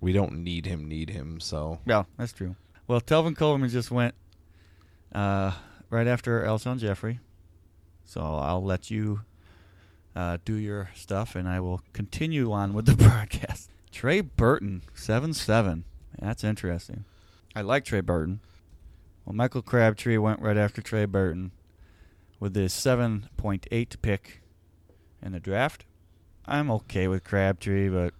Speaker 5: we don't need him. Need him. So
Speaker 6: Yeah, that's true. Well, Telvin Coleman just went uh, right after Elshon Jeffrey, so I'll let you uh, do your stuff, and I will continue on with the broadcast. Trey Burton, seven seven. That's interesting. I like Trey Burton. Well, Michael Crabtree went right after Trey Burton with his seven point eight pick in the draft. I'm okay with Crabtree, but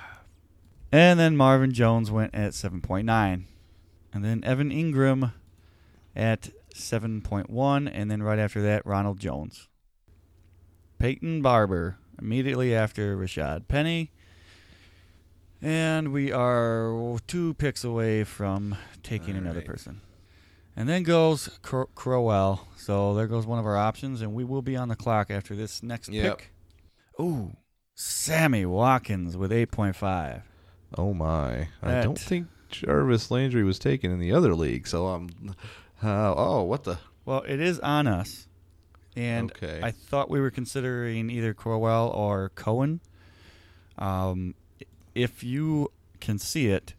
Speaker 6: and then Marvin Jones went at 7.9. And then Evan Ingram at 7.1. And then right after that, Ronald Jones. Peyton Barber immediately after Rashad Penny. And we are two picks away from taking another person. And then goes Cro- Crowell. So there goes one of our options, and we will be on the clock after this next
Speaker 5: Yep.
Speaker 6: pick. Ooh, Sammy Watkins with 8.5.
Speaker 5: Oh my! I
Speaker 6: That-
Speaker 5: don't think Jarvis Landry was taken in the other league. So I'm. Uh, oh, what the?
Speaker 6: Well, it is on us. And
Speaker 5: Okay.
Speaker 6: I thought we were considering either Crowell or Cohen. Um, if you can see it,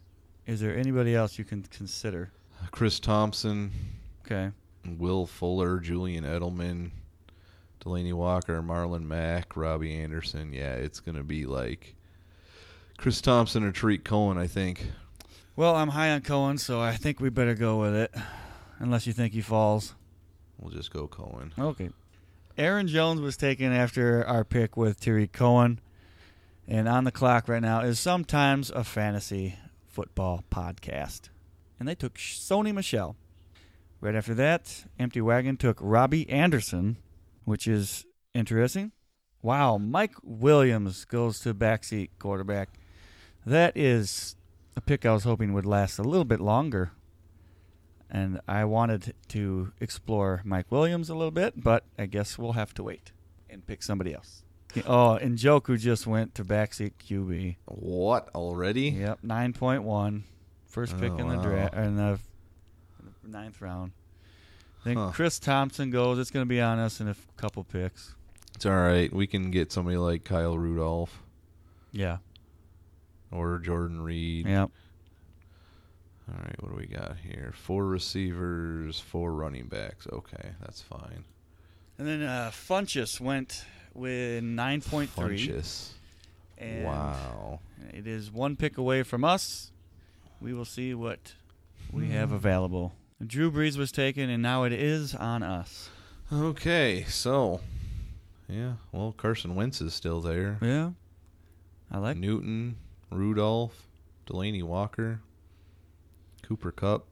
Speaker 6: is there anybody else you can consider?
Speaker 5: Chris Thompson,
Speaker 6: Okay.
Speaker 5: Will Fuller, Julian Edelman, Delaney Walker, Marlon Mack, Robbie Anderson. Yeah, it's gonna be like Chris Thompson or Tariq Cohen. I think.
Speaker 6: Well, I'm high on Cohen, so I think we better go with it. Unless you think he falls.
Speaker 5: We'll just go Cohen.
Speaker 6: Okay. Aaron Jones was taken after our pick with Tariq Cohen. And on the clock right now is sometimes a fantasy football podcast. And they took Sony Michelle. Right after that, Empty Wagon took Robbie Anderson, which is interesting. Wow, Mike Williams goes to backseat quarterback. That is a pick I was hoping would last a little bit longer and I wanted to explore Mike Williams a little bit, but I guess we'll have to wait and pick somebody else. Oh, and Joku just went to backseat QB.
Speaker 5: What already?
Speaker 6: Yep, nine point one, first pick
Speaker 5: Oh,
Speaker 6: in the
Speaker 5: wow.
Speaker 6: draft in the ninth round. Then
Speaker 5: Huh.
Speaker 6: Chris Thompson goes. It's going to be on us in a f- couple picks.
Speaker 5: It's all right. We can get somebody like Kyle Rudolph
Speaker 6: Yeah.
Speaker 5: or Jordan Reed.
Speaker 6: Yep.
Speaker 5: All right, what do we got here? Four receivers, four running backs. Okay, that's fine.
Speaker 6: And then uh, Funchess went with nine point three.
Speaker 5: Funchess. Wow.
Speaker 6: It is one pick away from us. We will see what
Speaker 5: Hmm.
Speaker 6: we have available. Drew Brees was taken, and now it is on us.
Speaker 5: Okay, so yeah, well Carson Wentz is still there.
Speaker 6: Yeah, I like.
Speaker 5: Newton, Rudolph, Delaney Walker, Cooper Cup,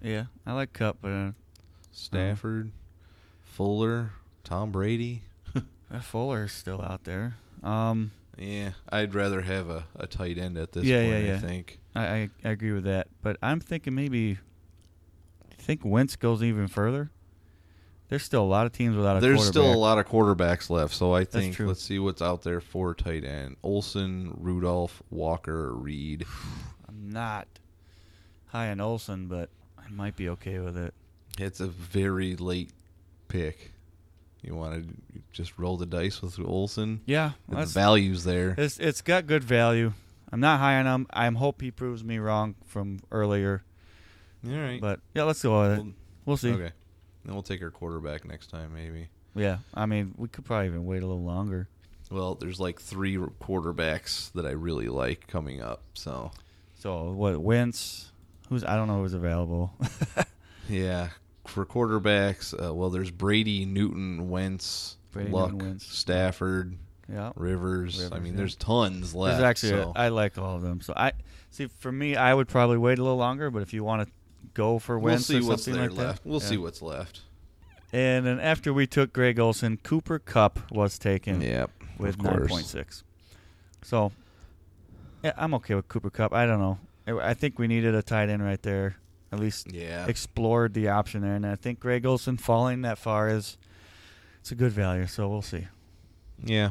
Speaker 6: Yeah, I like Cup, but uh,
Speaker 5: Stafford, Fuller, Tom Brady.
Speaker 6: uh, Fuller is still out there. Um,
Speaker 5: Yeah, I'd rather have a, a tight end at this
Speaker 6: Yeah,
Speaker 5: point,
Speaker 6: yeah,
Speaker 5: I
Speaker 6: yeah.
Speaker 5: think.
Speaker 6: I, I I agree with that, but I'm thinking maybe. I think Wentz goes even further. There's still a lot of teams without a
Speaker 5: There's still a
Speaker 6: quarterback.
Speaker 5: lot of quarterbacks left, so I think
Speaker 6: true.
Speaker 5: let's see what's out there for tight end. Olson, Rudolph, Walker, Reed.
Speaker 6: I'm not high on Olson, but I might be okay with it.
Speaker 5: It's a very late pick. You want to just roll the dice with Olson?
Speaker 6: Yeah,
Speaker 5: The
Speaker 6: that's-
Speaker 5: value's there.
Speaker 6: It's it's got good value. I'm not high on him. I hope he proves me wrong from earlier.
Speaker 5: All right.
Speaker 6: But yeah, let's go with it.
Speaker 5: Well,
Speaker 6: We'll see.
Speaker 5: okay. Then we'll take our quarterback next time, maybe.
Speaker 6: Yeah, I mean, we could probably even wait a little longer.
Speaker 5: Well, there's like three quarterbacks that I really like coming up, so
Speaker 6: So what? Wentz, who's I don't know who's available.
Speaker 5: Yeah, for quarterbacks, uh, well, there's Brady, Newton, Wentz,
Speaker 6: Brady,
Speaker 5: Luck,
Speaker 6: Newton, Wentz.
Speaker 5: Stafford,
Speaker 6: yeah,
Speaker 5: Rivers. I
Speaker 6: Rivers,
Speaker 5: mean,
Speaker 6: yeah.
Speaker 5: there's tons left.
Speaker 6: there's actually
Speaker 5: so.
Speaker 6: I like all of them. So I see for me, I would probably wait a little longer. But if you want to go for
Speaker 5: we'll
Speaker 6: Wentz
Speaker 5: see
Speaker 6: or
Speaker 5: what's
Speaker 6: something
Speaker 5: there
Speaker 6: like
Speaker 5: left.
Speaker 6: that,
Speaker 5: We'll
Speaker 6: yeah.
Speaker 5: see what's left.
Speaker 6: And then after we took Greg Olson, Cooper Cup was taken
Speaker 5: Yep.
Speaker 6: with
Speaker 5: of course.
Speaker 6: 9.6. So yeah, I'm okay with Cooper Cup. I don't know. I I think we needed a tight end right there. At least
Speaker 5: Yeah.
Speaker 6: explored the option there. And I think Greg Olson falling that far is it's a good value. So we'll see.
Speaker 5: Yeah.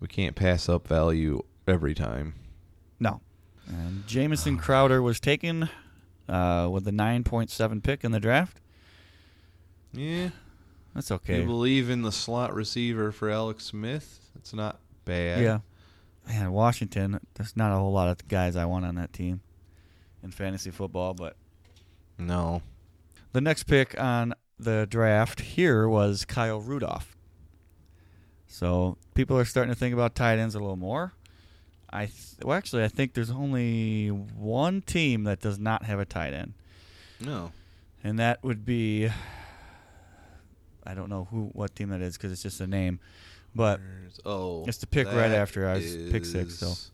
Speaker 5: We can't pass up value every time.
Speaker 6: No. And Jamison Crowder was taken uh, with the 9.7 pick in the draft.
Speaker 5: Yeah.
Speaker 6: That's okay.
Speaker 5: You believe in the slot receiver for Alex Smith? It's not bad.
Speaker 6: Yeah. Man, Washington, there's not a whole lot of guys I want on that team in fantasy football, but
Speaker 5: No.
Speaker 6: the next pick on the draft here was Kyle Rudolph. So people are starting to think about tight ends a little more. I th- well, actually, I think there's only one team that does not have a tight end,
Speaker 5: No.
Speaker 6: and that would be I don't know who what team that is because it's just a name, but
Speaker 5: There's- Oh.
Speaker 6: It's the pick right
Speaker 5: that
Speaker 6: after ours, pick six, so.
Speaker 5: is-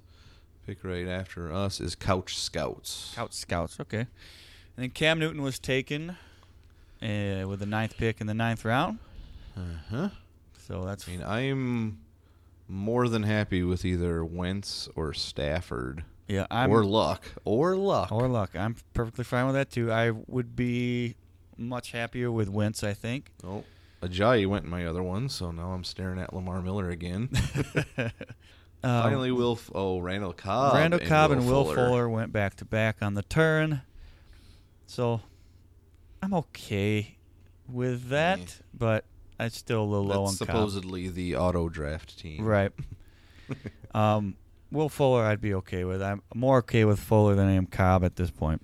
Speaker 5: Pick right after us is Couch Scouts.
Speaker 6: Scout Scouts. Okay. And then Cam Newton was taken uh, with the ninth pick in the ninth round.
Speaker 5: Uh-huh.
Speaker 6: So that's
Speaker 5: I mean, I'm more than happy with either Wentz or Stafford
Speaker 6: yeah. I'm
Speaker 5: or Luck or Luck.
Speaker 6: or luck. I'm perfectly fine with that too. I would be much happier with Wentz. I think.
Speaker 5: oh, Ajayi went in my other one, so now I'm staring at Lamar Miller again. Finally, Will. F- oh, Randall Cobb.
Speaker 6: Um, Randall Cobb and Will
Speaker 5: Fuller.
Speaker 6: Fuller. went back to back on the turn. So I'm okay with that,
Speaker 5: Yeah.
Speaker 6: but I'm still a little low
Speaker 5: That's
Speaker 6: on Cobb.
Speaker 5: supposedly the auto draft team.
Speaker 6: Right. um, Will Fuller, I'd be okay with. I'm more okay with Fuller than I am Cobb at this point.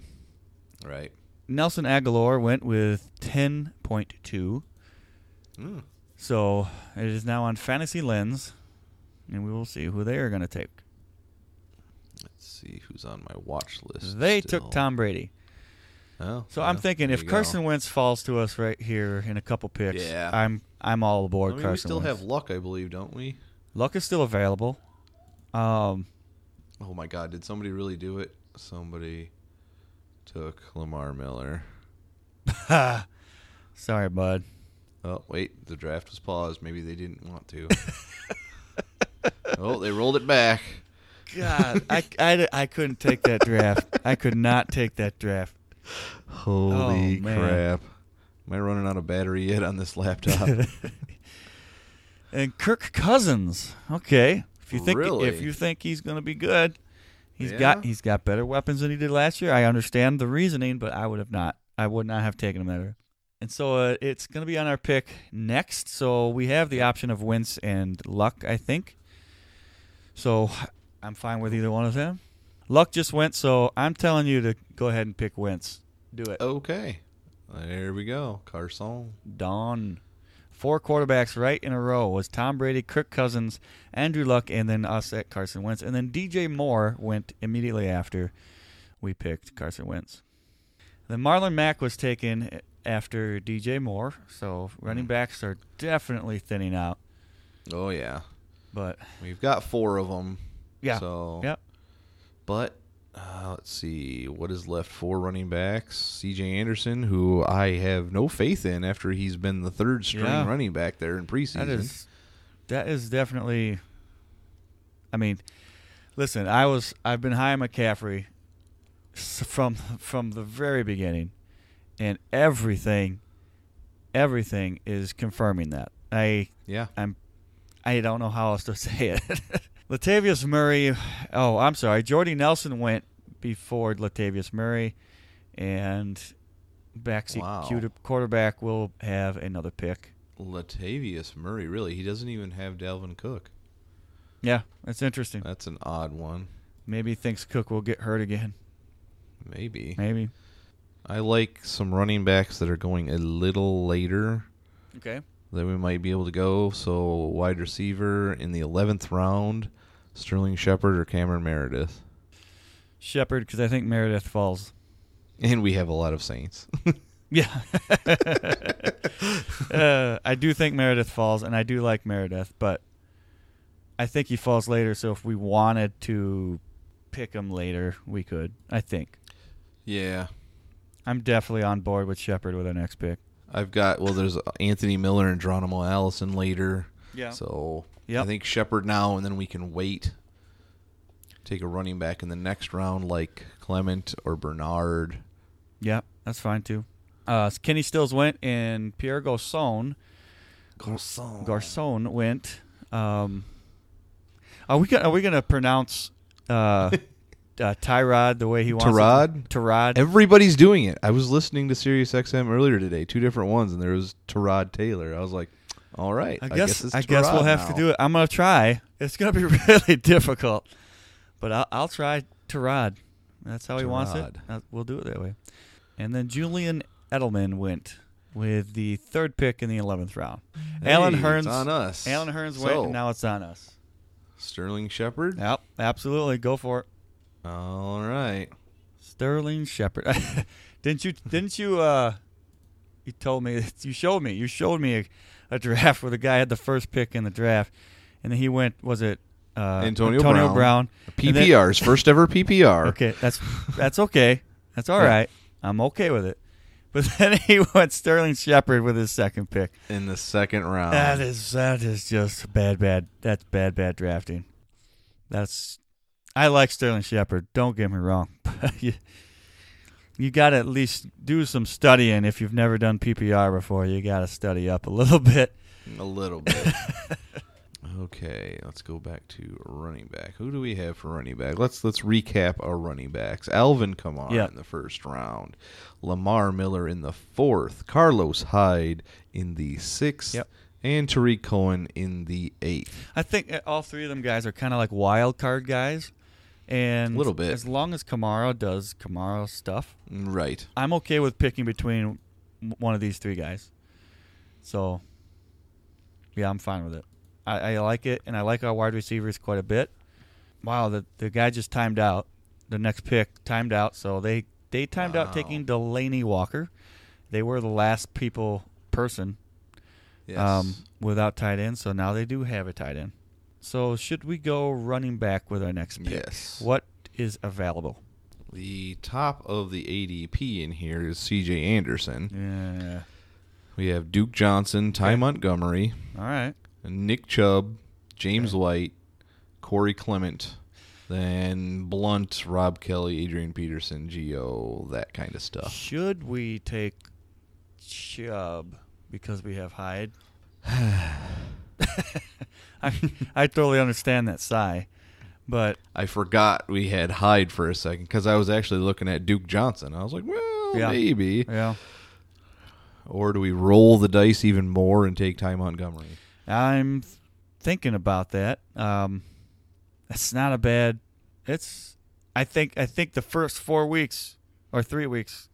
Speaker 5: Right.
Speaker 6: Nelson Aguilar went with 10.2.
Speaker 5: Mm.
Speaker 6: So it is now on Fantasy Lens, and we will see who they are going to take.
Speaker 5: Let's see who's on my watch list.
Speaker 6: They
Speaker 5: still.
Speaker 6: took Tom Brady.
Speaker 5: Oh,
Speaker 6: So
Speaker 5: well,
Speaker 6: I'm thinking
Speaker 5: there
Speaker 6: if
Speaker 5: you go.
Speaker 6: Carson Wentz falls to us right here in a couple picks,
Speaker 5: Yeah.
Speaker 6: I'm I'm all
Speaker 5: I
Speaker 6: aboard
Speaker 5: mean,
Speaker 6: Carson
Speaker 5: we still
Speaker 6: Wentz.
Speaker 5: have Luck, I believe, don't we?
Speaker 6: Luck is still available. Um,
Speaker 5: Oh my God! Did somebody really do it? Somebody took Lamar Miller.
Speaker 6: sorry, bud.
Speaker 5: Oh wait, the draft was paused. Maybe they didn't want to. oh, they rolled it back.
Speaker 6: God, I, I, I couldn't take that draft. I could not take that draft.
Speaker 5: Holy
Speaker 6: Oh, man.
Speaker 5: crap! Am I running out of battery yet on this laptop?
Speaker 6: And Kirk Cousins. Okay. If you think if
Speaker 5: Really?
Speaker 6: you think he's going to be good, he's
Speaker 5: Yeah.
Speaker 6: got he's got better weapons than he did last year. I understand the reasoning, but I would have not. I would not have taken him there. And so uh, it's going to be on our pick next. So we have the option of Wince and Luck, I think. So I'm fine with either one of them. Luck just went, so I'm telling you to go ahead and pick Wince. Do it.
Speaker 5: okay, there we go. Carson.
Speaker 6: Don. Four quarterbacks right in a row was Tom Brady, Kirk Cousins, Andrew Luck, and then us at Carson Wentz. And then DJ Moore went immediately after we picked Carson Wentz. Then Marlon Mack was taken after DJ Moore, so running backs are definitely thinning out.
Speaker 5: Oh yeah,
Speaker 6: But
Speaker 5: we've got four of them.
Speaker 6: yeah,
Speaker 5: So
Speaker 6: yep,
Speaker 5: But uh, let's see what is left for running backs. C.J. Anderson, who I have no faith in after he's been the third string
Speaker 6: Yeah.
Speaker 5: running back there in preseason.
Speaker 6: that is that is definitely. I mean, listen, I was I've been high on McCaffrey s- from from the very beginning, and everything, everything is confirming that. I
Speaker 5: yeah,
Speaker 6: I'm I don't know how else to say it. Latavius Murray. Oh, I'm sorry. Jordy Nelson went before Latavius Murray, and backseat
Speaker 5: Wow.
Speaker 6: cute- quarterback will have another pick.
Speaker 5: Latavius Murray. Really, he doesn't even have Dalvin Cook.
Speaker 6: Yeah, that's interesting.
Speaker 5: That's an odd one.
Speaker 6: Maybe he thinks Cook will get hurt again.
Speaker 5: Maybe
Speaker 6: Maybe.
Speaker 5: I like some running backs that are going a little later
Speaker 6: Okay.
Speaker 5: that we might be able to go. So wide receiver in the eleventh round, Sterling Shepard or Cameron Meredith,
Speaker 6: Shepard, because I think Meredith falls.
Speaker 5: and we have a lot of Saints.
Speaker 6: Yeah. uh, I do think Meredith falls, and I do like Meredith, but I think he falls later. So if we wanted to pick him later, we could. I think
Speaker 5: yeah.
Speaker 6: I'm definitely on board with Shepard with our next pick.
Speaker 5: I've got well. There's Anthony Miller and Geronimo Allison later.
Speaker 6: Yeah.
Speaker 5: So
Speaker 6: Yep.
Speaker 5: I think Shepard now, and then we can wait. Take a running back in the next round, like Clement or Bernard.
Speaker 6: Yeah, that's fine too. Uh, Kenny Stills went, and Pierre Garcon. Garcon. Garcon went. Um, are we gonna, are we gonna pronounce uh, uh, Tyrod the way he wants?
Speaker 5: Tyrod?
Speaker 6: It? Tyrod.
Speaker 5: Everybody's doing it. I was listening to Sirius XM earlier today, two different ones, and there was Terod Taylor. I was like, all right.
Speaker 6: I guess
Speaker 5: it's
Speaker 6: I guess we'll
Speaker 5: Tyrod
Speaker 6: have
Speaker 5: now.
Speaker 6: to do it. I'm gonna try. It's gonna be really difficult, but I'll, I'll try Tyrod. That's how he wants
Speaker 5: Tyrod.
Speaker 6: it. Uh, We'll do it that way. And then Julian Edelman went with the third pick in the eleventh round. Alan
Speaker 5: Hey,
Speaker 6: Hearns
Speaker 5: it's on us.
Speaker 6: Alan Hearns
Speaker 5: So,
Speaker 6: went, and now it's on us.
Speaker 5: Sterling Shepard.
Speaker 6: Yep, absolutely. Go for it,
Speaker 5: All right.
Speaker 6: Sterling Shepard. didn't you? Didn't you? uh You told me. You showed me. You showed me a, a draft where the guy had the first pick in the draft, and then he went. Was it uh,
Speaker 5: Antonio Brown.
Speaker 6: Brown? And then-
Speaker 5: PPR's first ever PPR.
Speaker 6: Okay, that's that's okay. That's all right. I'm okay with it. But then he went Sterling Shepard with his second pick.
Speaker 5: in the second round.
Speaker 6: That is that is just bad, bad. That's bad, bad drafting. That's I like Sterling Shepard. Don't get me wrong. you you got to at least do some studying if you've never done PPR before. You got to study up a little bit.
Speaker 5: a little bit. okay, let's go back to running back. Who do we have for running back? Let's let's recap our running backs. Alvin Kamara
Speaker 6: Yeah.
Speaker 5: in the first round, Lamar Miller in the fourth, Carlos Hyde in the sixth,
Speaker 6: Yep.
Speaker 5: and Tariq Cohen in the eighth.
Speaker 6: I think uh, all three of them guys are kind of like wild card guys. And
Speaker 5: A little bit.
Speaker 6: as long as Kamara does Kamara stuff,
Speaker 5: Right.
Speaker 6: I'm okay with picking between m- one of these three guys. So, yeah, I'm fine with it. I, I like it, and I like our wide receivers quite a bit. Wow, the the guy just timed out. The next pick timed out, so they they timed out taking Delaney Walker. They were the last people person
Speaker 5: Yes.
Speaker 6: um, without tight end, so now they do have a tight end. So should we go running back with our next pick?
Speaker 5: Yes.
Speaker 6: What is available?
Speaker 5: the top of the ADP in here is C.J. Anderson.
Speaker 6: Yeah.
Speaker 5: We have Duke Johnson, Ty Montgomery,
Speaker 6: All right.
Speaker 5: Nick Chubb, James White, Corey Clement, then Blunt, Rob Kelly, Adrian Peterson, Geo, that kind of stuff.
Speaker 6: Should we take Chubb because we have Hyde? I, I totally understand that sigh, but
Speaker 5: I forgot we had Hyde for a second because I was actually looking at Duke Johnson. I was like, well,
Speaker 6: Yeah.
Speaker 5: maybe.
Speaker 6: yeah,
Speaker 5: Or do we roll the dice even more and take Ty Montgomery?
Speaker 6: I'm thinking about that. Um, that's not a bad. It's. I think. I think the first four weeks or three weeks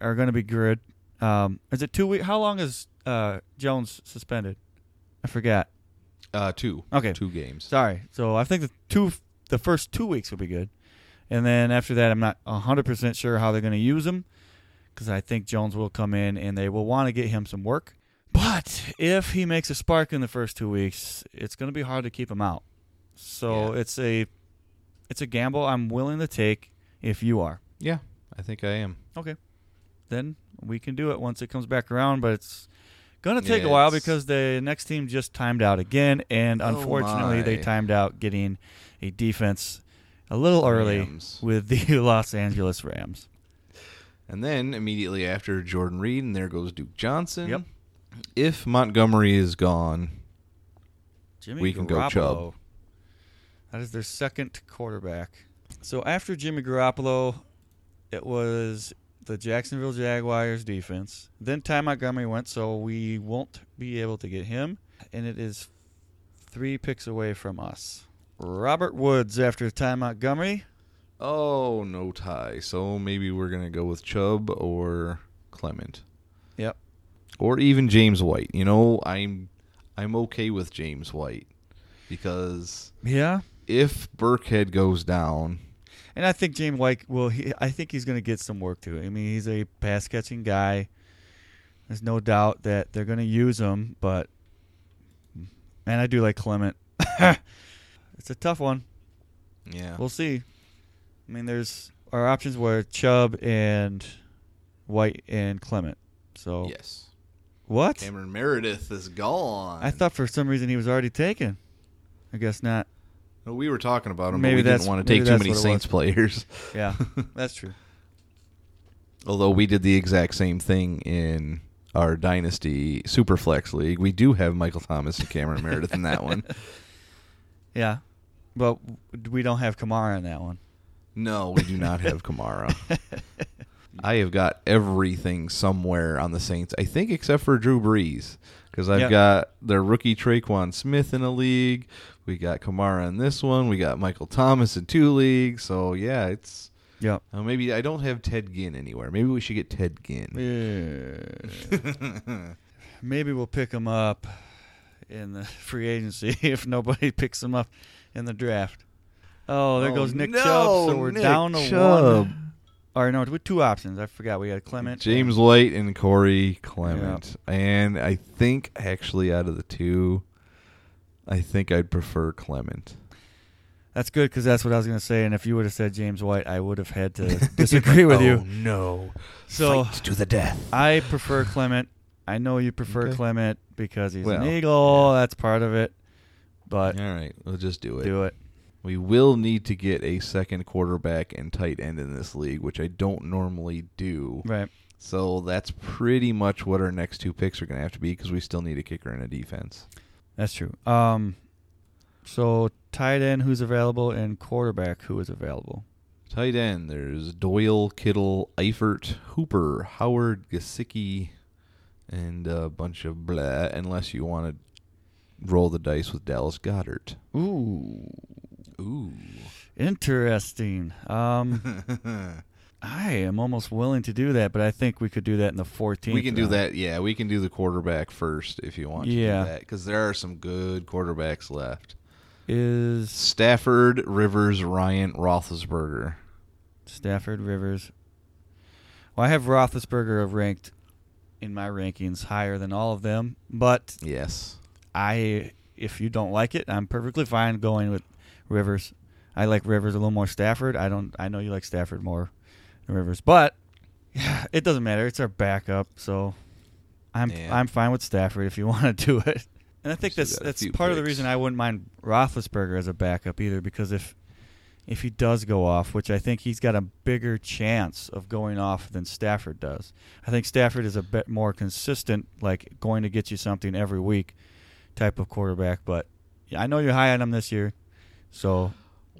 Speaker 6: are going to be good. Um, is it two weeks? How long is uh, Jones suspended? I forgot.
Speaker 5: Uh, two.
Speaker 6: Okay.
Speaker 5: Two games.
Speaker 6: Sorry. So I think the two the first two weeks will be good, and then after that, I'm not 100 percent sure how they're going to use him because I think Jones will come in and they will want to get him some work. But if he makes a spark in the first two weeks, it's going to be hard to keep him out. So
Speaker 5: Yeah.
Speaker 6: it's a it's a gamble I'm willing to take if you are.
Speaker 5: Yeah, I think I am.
Speaker 6: Okay. Then we can do it once it comes back around, but it's going to take
Speaker 5: Yeah,
Speaker 6: a while
Speaker 5: it's- Oh,
Speaker 6: because the next team just timed out again, and unfortunately, they
Speaker 5: my.
Speaker 6: timed out getting a defense a little early
Speaker 5: Rams.
Speaker 6: with the Los Angeles Rams.
Speaker 5: And then immediately after Jordan Reed, and there goes Duke Johnson.
Speaker 6: Yep.
Speaker 5: If Montgomery is gone,
Speaker 6: Jimmy
Speaker 5: We can go
Speaker 6: Garoppolo.
Speaker 5: Chubb.
Speaker 6: That is their second quarterback. So after Jimmy Garoppolo, it was the Jacksonville Jaguars defense. Then Ty Montgomery went, so we won't be able to get him. And it is three picks away from us. Robert Woods after Ty Montgomery.
Speaker 5: Oh, no tie. So maybe we're going to go with Chubb or Clement
Speaker 6: Yep.
Speaker 5: or even James White. You know, I'm I'm okay with James White because
Speaker 6: Yeah.
Speaker 5: if Burkhead goes down,
Speaker 6: And I think James White will. He, I think he's going to get some work too. I mean, he's a pass catching guy. There's no doubt that they're going to use him, but and I do like Clement. it's a tough one.
Speaker 5: yeah.
Speaker 6: We'll see. I mean, there's our options were Chubb and White and Clement. So
Speaker 5: yes.
Speaker 6: What?
Speaker 5: Cameron Meredith is gone.
Speaker 6: I thought for some reason he was already taken. I guess not.
Speaker 5: Well, we were talking about him,
Speaker 6: Maybe
Speaker 5: but we
Speaker 6: that's-
Speaker 5: didn't want to
Speaker 6: maybe
Speaker 5: take too
Speaker 6: that's
Speaker 5: many
Speaker 6: what it
Speaker 5: Saints
Speaker 6: was.
Speaker 5: players.
Speaker 6: Yeah, that's true.
Speaker 5: Although we did the exact same thing in our Dynasty Superflex League. We do have Michael Thomas and Cameron Meredith in that one.
Speaker 6: Yeah, but w- we don't have Kamara in that one.
Speaker 5: No, we do not have Kamara. I have got everything somewhere on the Saints, I think, except for Drew Brees, because I've
Speaker 6: Yep.
Speaker 5: got their rookie Traquan Smith in a league. We got Kamara in this one. We got Michael Thomas in two leagues. So yeah, it's
Speaker 6: Yep.
Speaker 5: oh, maybe I don't have Ted Ginn anywhere. Maybe we should get Ted Ginn.
Speaker 6: Maybe we'll pick him up in the free agency if nobody picks him up in the draft. Oh, there
Speaker 5: Oh,
Speaker 6: goes Nick
Speaker 5: no,
Speaker 6: Chubb. So we're
Speaker 5: Nick
Speaker 6: down to
Speaker 5: Chubb.
Speaker 6: one. Or no, with two options. I forgot we had Clement.
Speaker 5: James White and Corey Clement, and I think actually out of the two, I think I'd prefer Clement.
Speaker 6: That's good because that's what I was going to say. And if you would have said James White, I would have had to disagree with you.
Speaker 5: Oh, no!
Speaker 6: So
Speaker 5: to the death.
Speaker 6: I prefer Clement. I know you prefer
Speaker 5: Okay.
Speaker 6: Clement because he's
Speaker 5: Well,
Speaker 6: an Eagle. That's part of it. But
Speaker 5: All right, we'll just do it.
Speaker 6: do it.
Speaker 5: We will need to get a second quarterback and tight end in this league, which I don't normally do.
Speaker 6: Right.
Speaker 5: So that's pretty much what our next two picks are going to have to be because we still need a kicker and a defense.
Speaker 6: That's true. Um, so tight end who's available and quarterback who is available.
Speaker 5: Tight end, there's Doyle, Kittle, Eifert, Hooper, Howard, Gasicki, and a bunch of blah, unless you want to roll the dice with Dallas Goddard.
Speaker 6: Ooh,
Speaker 5: Ooh.
Speaker 6: interesting. Um, I am almost willing to do that, but I think we could do that in the 14th.
Speaker 5: We can do
Speaker 6: round.
Speaker 5: that. Yeah, we can do the quarterback first if you want
Speaker 6: Yeah.
Speaker 5: to do that because there are some good quarterbacks left.
Speaker 6: Is
Speaker 5: Stafford, Rivers, Ryan, Roethlisberger.
Speaker 6: Stafford Rivers? Well, I have Roethlisberger ranked in my rankings higher than all of them, but
Speaker 5: Yes.
Speaker 6: I if you don't like it, I'm perfectly fine going with Rivers. I like Rivers a little more Stafford. I don't I know you like Stafford more than Rivers, but yeah, it doesn't matter. It's our backup, so I'm
Speaker 5: Yeah.
Speaker 6: I'm fine with Stafford if you want to do it. And I think
Speaker 5: Still
Speaker 6: that's
Speaker 5: got a
Speaker 6: that's
Speaker 5: few
Speaker 6: part of the
Speaker 5: picks.
Speaker 6: reason I wouldn't mind Roethlisberger as a backup either because if if he does go off, which I think he's got a bigger chance of going off than Stafford does. I think Stafford is a bit more consistent, like going to get you something every week type of quarterback. But yeah, I know you're high on him this year, so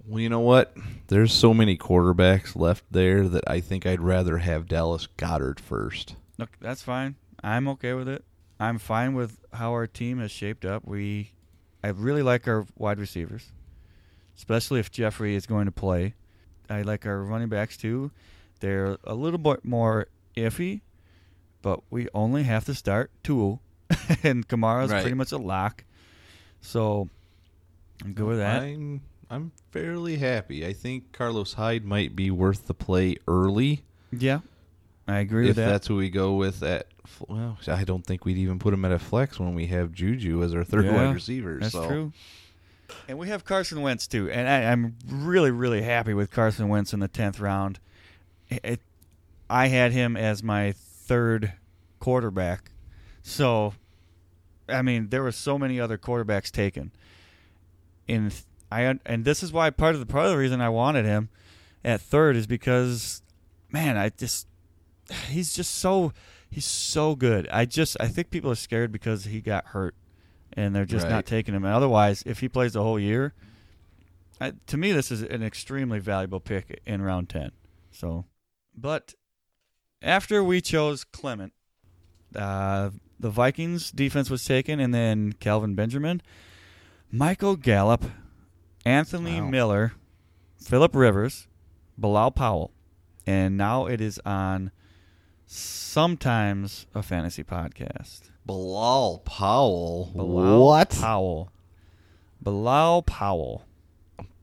Speaker 5: Well, you know what? There's so many quarterbacks left there that I think I'd rather have Dallas Goddard first.
Speaker 6: look, that's fine. I'm okay with it. I'm fine with how our team is shaped up. We, I really like our wide receivers, especially if Jeffrey is going to play. I like our running backs too. They're a little bit more iffy, but we only have to start two, and Kamara's
Speaker 5: Right.
Speaker 6: pretty much a lock. So I'm good with that.
Speaker 5: I'm I'm fairly happy. I think Carlos Hyde might be worth the play early
Speaker 6: Yeah, I agree
Speaker 5: if
Speaker 6: with that.
Speaker 5: that's what we go with at. fl- Well, I don't think we'd even put him at a flex when we have Juju as our third
Speaker 6: Yeah,
Speaker 5: wide receiver.
Speaker 6: That's
Speaker 5: so.
Speaker 6: true. And we have Carson Wentz too, and I, I'm really, really happy with Carson Wentz in the tenth round. It, it- I had him as my third quarterback, so I mean there were so many other quarterbacks taken. And th- I un- and this is why part of the part of the reason I wanted him at third is because, man, I just he's just so he's so good. I just I think people are scared because he got hurt and they're just
Speaker 5: Right.
Speaker 6: not taking him. And otherwise, if he plays the whole year, I, to me this is an extremely valuable pick in round 10. So, but after we chose Clement, uh, the Vikings defense was taken and then Calvin Benjamin, Michael Gallup, Anthony
Speaker 5: Wow.
Speaker 6: Miller, Philip Rivers, Bilal Powell. And now it is on sometimes a fantasy podcast.
Speaker 5: Bilal Powell.
Speaker 6: Bilal
Speaker 5: what?
Speaker 6: Powell. Bilal Powell.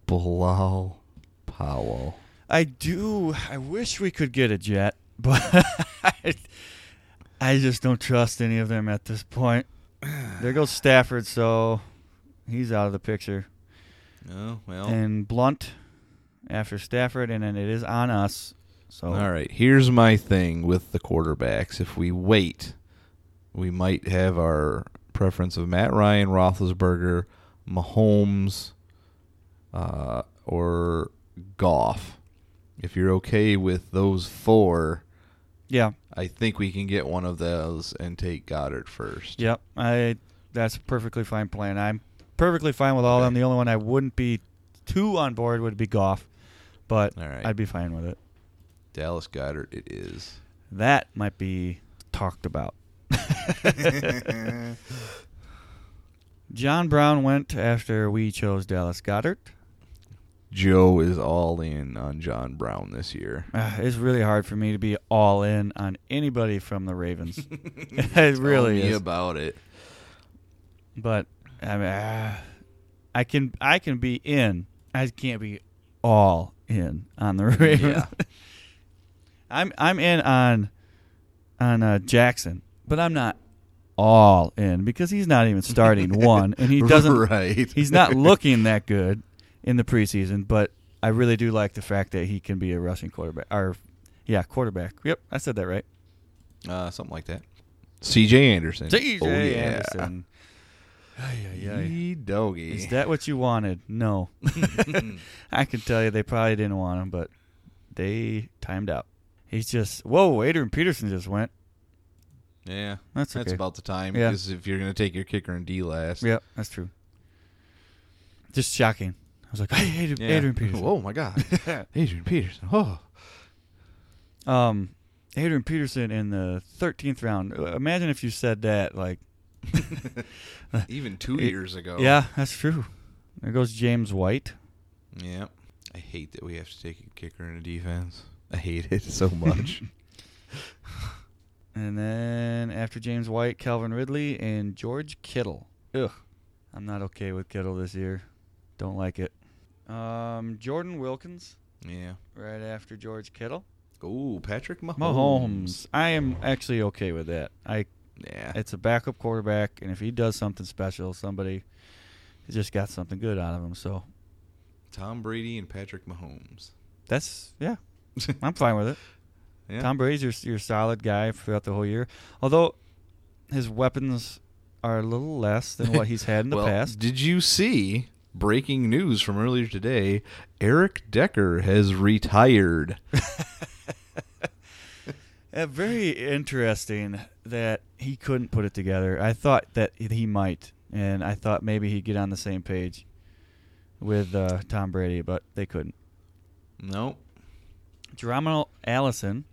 Speaker 5: Bilal Powell.
Speaker 6: I do. I wish we could get a jet, but I, I just don't trust any of them at this point. There goes Stafford, so he's out of the picture.
Speaker 5: Oh well.
Speaker 6: And Blunt after Stafford, and then it is on us. So
Speaker 5: All right. Here's my thing with the quarterbacks. If we wait we might have our preference of Matt Ryan, Roethlisberger, Mahomes, uh, or Goff. If you're okay with those four,
Speaker 6: Yeah.
Speaker 5: I think we can get one of those and take Goddard first.
Speaker 6: Yep. I that's a perfectly fine plan. I'm perfectly fine with all of them. The only one I wouldn't be too on board would be Goff, but
Speaker 5: All right.
Speaker 6: I'd be fine with it.
Speaker 5: Dallas Goddard, it is.
Speaker 6: That might be talked about. John Brown went after we chose Dallas Goddard.
Speaker 5: Joe is all in on John Brown this year.
Speaker 6: Uh, it's really hard for me to be all in on anybody from the Ravens. it really
Speaker 5: Tell me
Speaker 6: is.
Speaker 5: about it.
Speaker 6: but I mean, ah, I can I can be in. I can't be all in on the Ravens.
Speaker 5: Yeah.
Speaker 6: I'm I'm in on on uh, Jackson, but I'm not all in because he's not even starting one, and he doesn't.
Speaker 5: Right.
Speaker 6: He's not looking that good in the preseason, but I really do like the fact that he can be a rushing quarterback. Or, yeah, quarterback. Yep, I said that right.
Speaker 5: Uh, something like that. C.J. Anderson.
Speaker 6: DJ
Speaker 5: Oh, yeah.
Speaker 6: Anderson. Ay, ay, ay.
Speaker 5: Yee doggy.
Speaker 6: Is that what you wanted? No. I can tell you they probably didn't want him, but they timed out. He's just whoa, Adrian Peterson just went.
Speaker 5: yeah,
Speaker 6: That's okay.
Speaker 5: about the time.
Speaker 6: Yeah.
Speaker 5: Because if you're gonna take your kicker and D last,
Speaker 6: Yep, that's true. Just shocking. I was like, hey, Adrian,
Speaker 5: Yeah.
Speaker 6: Adrian Peterson.
Speaker 5: Oh my God, Adrian Peterson. Oh,
Speaker 6: Um, Adrian Peterson in the thirteenth round. Uh, Imagine if you said that, like,
Speaker 5: even two
Speaker 6: It-
Speaker 5: years ago.
Speaker 6: yeah, that's true. There goes James White.
Speaker 5: yeah. I hate that we have to take a kicker and a defense. I hate it so much.
Speaker 6: And then after James White, Calvin Ridley, and George Kittle. Ugh. I'm not okay with Kittle this year. Don't like it. Um, Jordan Wilkins
Speaker 5: yeah.
Speaker 6: right after George Kittle.
Speaker 5: Oh, Patrick Mahomes.
Speaker 6: Mahomes. I am actually okay with that. I
Speaker 5: Yeah.
Speaker 6: it's a backup quarterback and if he does something special, somebody has just got something good out of him. So
Speaker 5: Tom Brady and Patrick Mahomes.
Speaker 6: that's yeah. I'm fine with it.
Speaker 5: Yeah.
Speaker 6: Tom Brady's your your solid guy throughout the whole year. Although his weapons are a little less than what he's had in the
Speaker 5: well,
Speaker 6: past.
Speaker 5: Did you see breaking news from earlier today? Eric Decker has retired.
Speaker 6: Uh, very interesting that he couldn't put it together. I thought that he might, and I thought maybe he'd get on the same page with uh, Tom Brady, but they couldn't.
Speaker 5: no.
Speaker 6: Geronimo Allison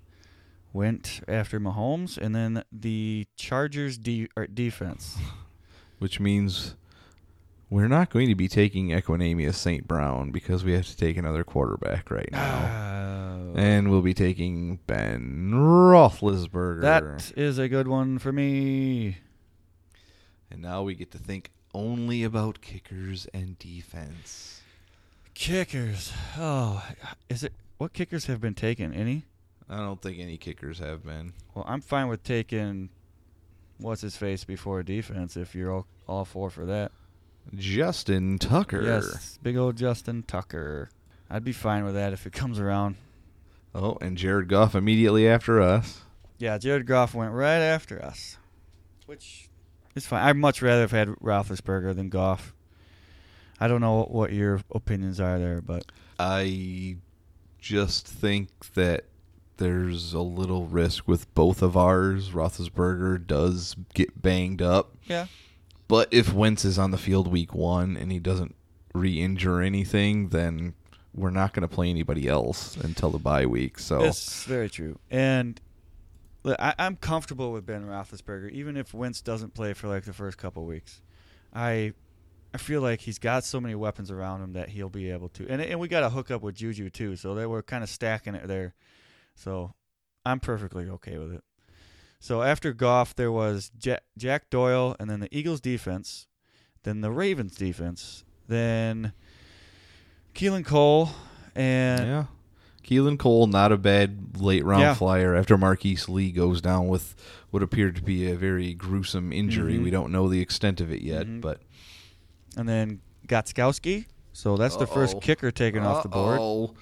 Speaker 6: went after Mahomes, and then the Chargers de- or defense.
Speaker 5: Which means we're not going to be taking Equinemius St. Brown because we have to take another quarterback right now.
Speaker 6: Oh.
Speaker 5: and we'll be taking Ben Roethlisberger.
Speaker 6: That is a good one for me.
Speaker 5: And now we get to think only about kickers and defense.
Speaker 6: Kickers. Oh, is it? What kickers have been taken? Any?
Speaker 5: I don't think any kickers have been.
Speaker 6: Well, I'm fine with taking what's his face before defense if you're all, all for for that.
Speaker 5: Justin Tucker.
Speaker 6: Yes, big old Justin Tucker. I'd be fine with that if it comes around.
Speaker 5: Oh, and Jared Goff immediately after us.
Speaker 6: Yeah, Jared Goff went right after us, which is fine. I'd much rather have had Roethlisberger than Goff. I don't know what your opinions are there, but
Speaker 5: I just think that there's a little risk with both of ours. Roethlisberger does get banged up,
Speaker 6: yeah,
Speaker 5: but if Wentz is on the field week one and he doesn't re-injure anything, then we're not going to play anybody else until the bye week. So
Speaker 6: that's very true. And look, I, I'm comfortable with Ben Roethlisberger, even if Wentz doesn't play for like the first couple weeks. I I feel like he's got so many weapons around him that he'll be able to. And and we got a hookup with Juju too, so they were kind of stacking it there. So I'm perfectly okay with it. So after Goff, there was Jack, Jack Doyle, and then the Eagles defense, then the Ravens defense, then Keelan Cole, and
Speaker 5: yeah, Keelan Cole not a bad late round
Speaker 6: Yeah.
Speaker 5: flyer after Marquise Lee goes down with what appeared to be a very gruesome injury.
Speaker 6: Mhm.
Speaker 5: We don't know the extent of it yet,
Speaker 6: Mhm.
Speaker 5: but.
Speaker 6: and then Gotskowski. So that's the
Speaker 5: Uh-oh.
Speaker 6: first kicker taken off the board.
Speaker 5: Uh-oh.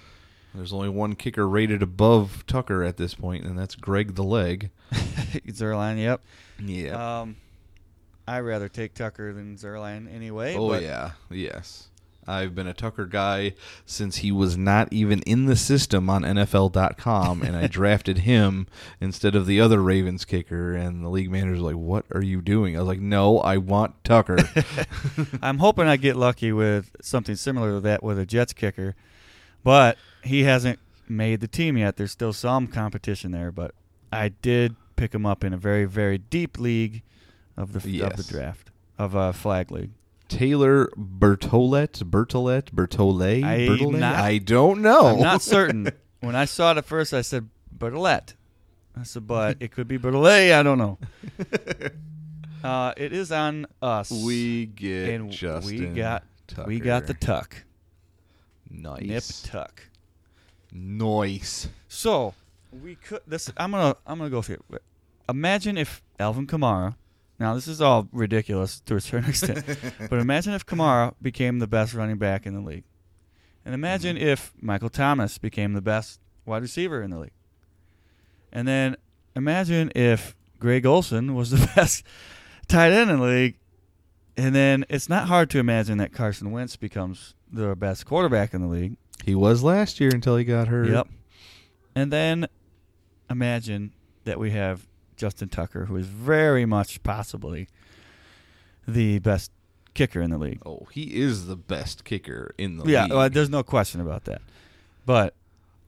Speaker 5: There's only one kicker rated above Tucker at this point, and that's Greg the Leg.
Speaker 6: Zerline, yep.
Speaker 5: Yeah.
Speaker 6: Um, I'd rather take Tucker than Zerline anyway.
Speaker 5: oh
Speaker 6: but
Speaker 5: yeah. Yes. I've been a Tucker guy since he was not even in the system on NFL.com, and I drafted him instead of the other Ravens kicker. And the league manager's like, "What are you doing?" I was like, "No, I want Tucker."
Speaker 6: I'm hoping I get lucky with something similar to that with a Jets kicker, but he hasn't made the team yet. There's still some competition there, but I did pick him up in a very, very deep league of the of the
Speaker 5: Yes.
Speaker 6: draft of a flag league.
Speaker 5: Taylor Bertolet, Bertolet, Bertolet,
Speaker 6: I'm
Speaker 5: Bertolet?
Speaker 6: not-
Speaker 5: I don't know.
Speaker 6: I'm not certain. when I saw it at first, I said Bertolette. I said, but it could be Bertolet. I don't know. uh, it is on us.
Speaker 5: We get
Speaker 6: and
Speaker 5: Justin.
Speaker 6: we got
Speaker 5: Tucker.
Speaker 6: we got the tuck.
Speaker 5: nice,
Speaker 6: Nip tuck.
Speaker 5: nice.
Speaker 6: So we could this. I'm gonna I'm gonna go through. it. Imagine if Alvin Kamara. Now this is all ridiculous to a certain extent, but imagine if Kamara became the best running back in the league, and imagine if Michael Thomas became the best wide receiver in the league, and then imagine if Greg Olson was the best tight end in the league, and then it's not hard to imagine that Carson Wentz becomes the best quarterback in the league.
Speaker 5: He was last year until he got hurt.
Speaker 6: Yep. And then imagine that we have Justin Tucker, who is very much possibly the best kicker in the league.
Speaker 5: Oh, he is the best kicker in the
Speaker 6: yeah,
Speaker 5: league.
Speaker 6: well, there's no question about that. But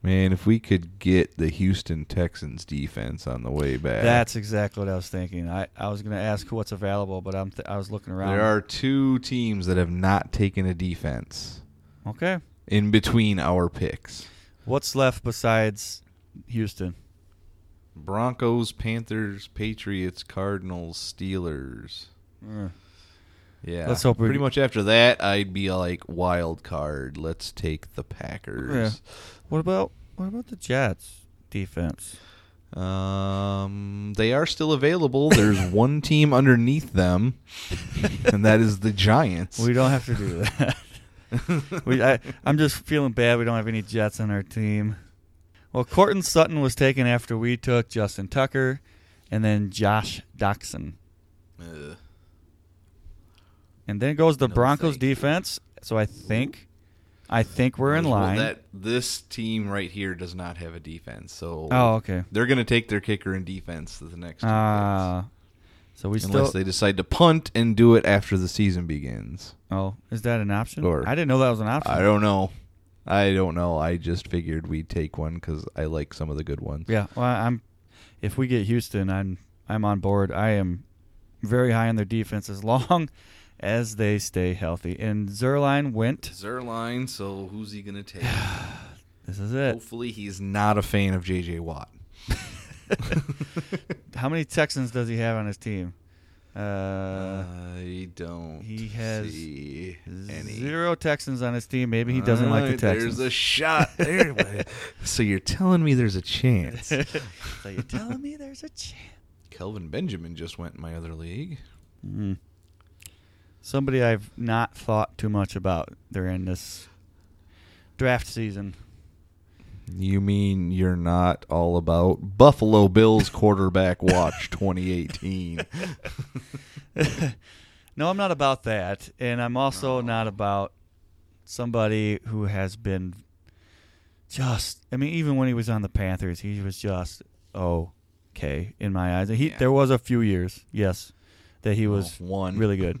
Speaker 5: Man, if we could get the Houston Texans defense on the way back.
Speaker 6: that's exactly what I was thinking. I, I was going to ask what's available, but I'm th- I was looking around.
Speaker 5: there are two teams that have not taken a defense
Speaker 6: okay.
Speaker 5: in between our picks.
Speaker 6: What's left besides Houston?
Speaker 5: Broncos, Panthers, Patriots, Cardinals, Steelers. Hmm.
Speaker 6: Uh,
Speaker 5: Yeah.
Speaker 6: Let's hope we-
Speaker 5: pretty much after that I'd be like wild card. Let's take the Packers.
Speaker 6: what about what about the Jets defense?
Speaker 5: Um they are still available. There's one team underneath them and that is the Giants.
Speaker 6: We don't have to do that. we, I, I'm just feeling bad. We don't have any Jets on our team. Well, Corton Sutton was taken after we took Justin Tucker, and then Josh Doxson,
Speaker 5: Ugh.
Speaker 6: and then goes the
Speaker 5: No,
Speaker 6: Broncos
Speaker 5: thank you.
Speaker 6: defense. So I think, I think we're in
Speaker 5: Well,
Speaker 6: line.
Speaker 5: that this team right here does not have a defense, so
Speaker 6: oh, okay.
Speaker 5: they're going to take their kicker in defense to the next. two
Speaker 6: Uh, so we
Speaker 5: picks. unless
Speaker 6: still.
Speaker 5: they decide to punt and do it after the season begins.
Speaker 6: oh, is that an option?
Speaker 5: Or-
Speaker 6: I didn't know that was an option.
Speaker 5: I don't know. I don't know. I just figured we'd take one because I like some of the good ones.
Speaker 6: Yeah, well, I'm. If we get Houston, I'm I'm on board. I am very high on their defense as long as they stay healthy. And Zerline went.
Speaker 5: Zerline. So who's he going to take?
Speaker 6: This is it.
Speaker 5: Hopefully, he's not a fan of J.J. Watt.
Speaker 6: How many Texans does he have on his team? Uh,
Speaker 5: I don't.
Speaker 6: he has
Speaker 5: see any.
Speaker 6: zero Texans on his team. Maybe he doesn't like the
Speaker 5: Alright,
Speaker 6: Texans.
Speaker 5: There's a shot. There. it was. so you're telling me there's a chance.
Speaker 6: so you're telling me there's a chance.
Speaker 5: Kelvin Benjamin just went in my other league.
Speaker 6: Somebody I've not thought too much about during this draft season.
Speaker 5: You mean you're not all about Buffalo Bills quarterback watch 2018?
Speaker 6: No, I'm not about that, and I'm
Speaker 5: Oh.
Speaker 6: also not about somebody who has been just. I mean, even when he was on the Panthers, he was just okay in my eyes. He
Speaker 5: Yeah.
Speaker 6: there was a few years, yes, that he was
Speaker 5: Well, one.
Speaker 6: really good.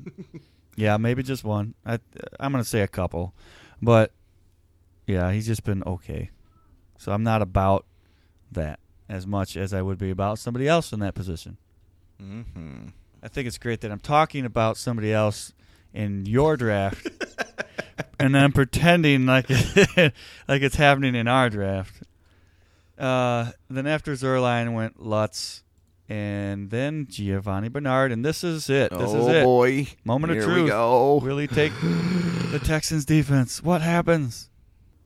Speaker 6: yeah, maybe just one. I I'm gonna say a couple, but yeah, he's just been okay. So I'm not about that as much as I would be about somebody else in that position.
Speaker 5: hmm
Speaker 6: I think it's great that I'm talking about somebody else in your draft, and I'm pretending like it, like it's happening in our draft. Uh, then after Zerline went Lutz, and then Giovanni Bernard, and this is it. This
Speaker 5: oh
Speaker 6: is it.
Speaker 5: boy!
Speaker 6: Moment
Speaker 5: Here
Speaker 6: of
Speaker 5: we
Speaker 6: truth.
Speaker 5: go.
Speaker 6: Will he take the Texans defense? What happens?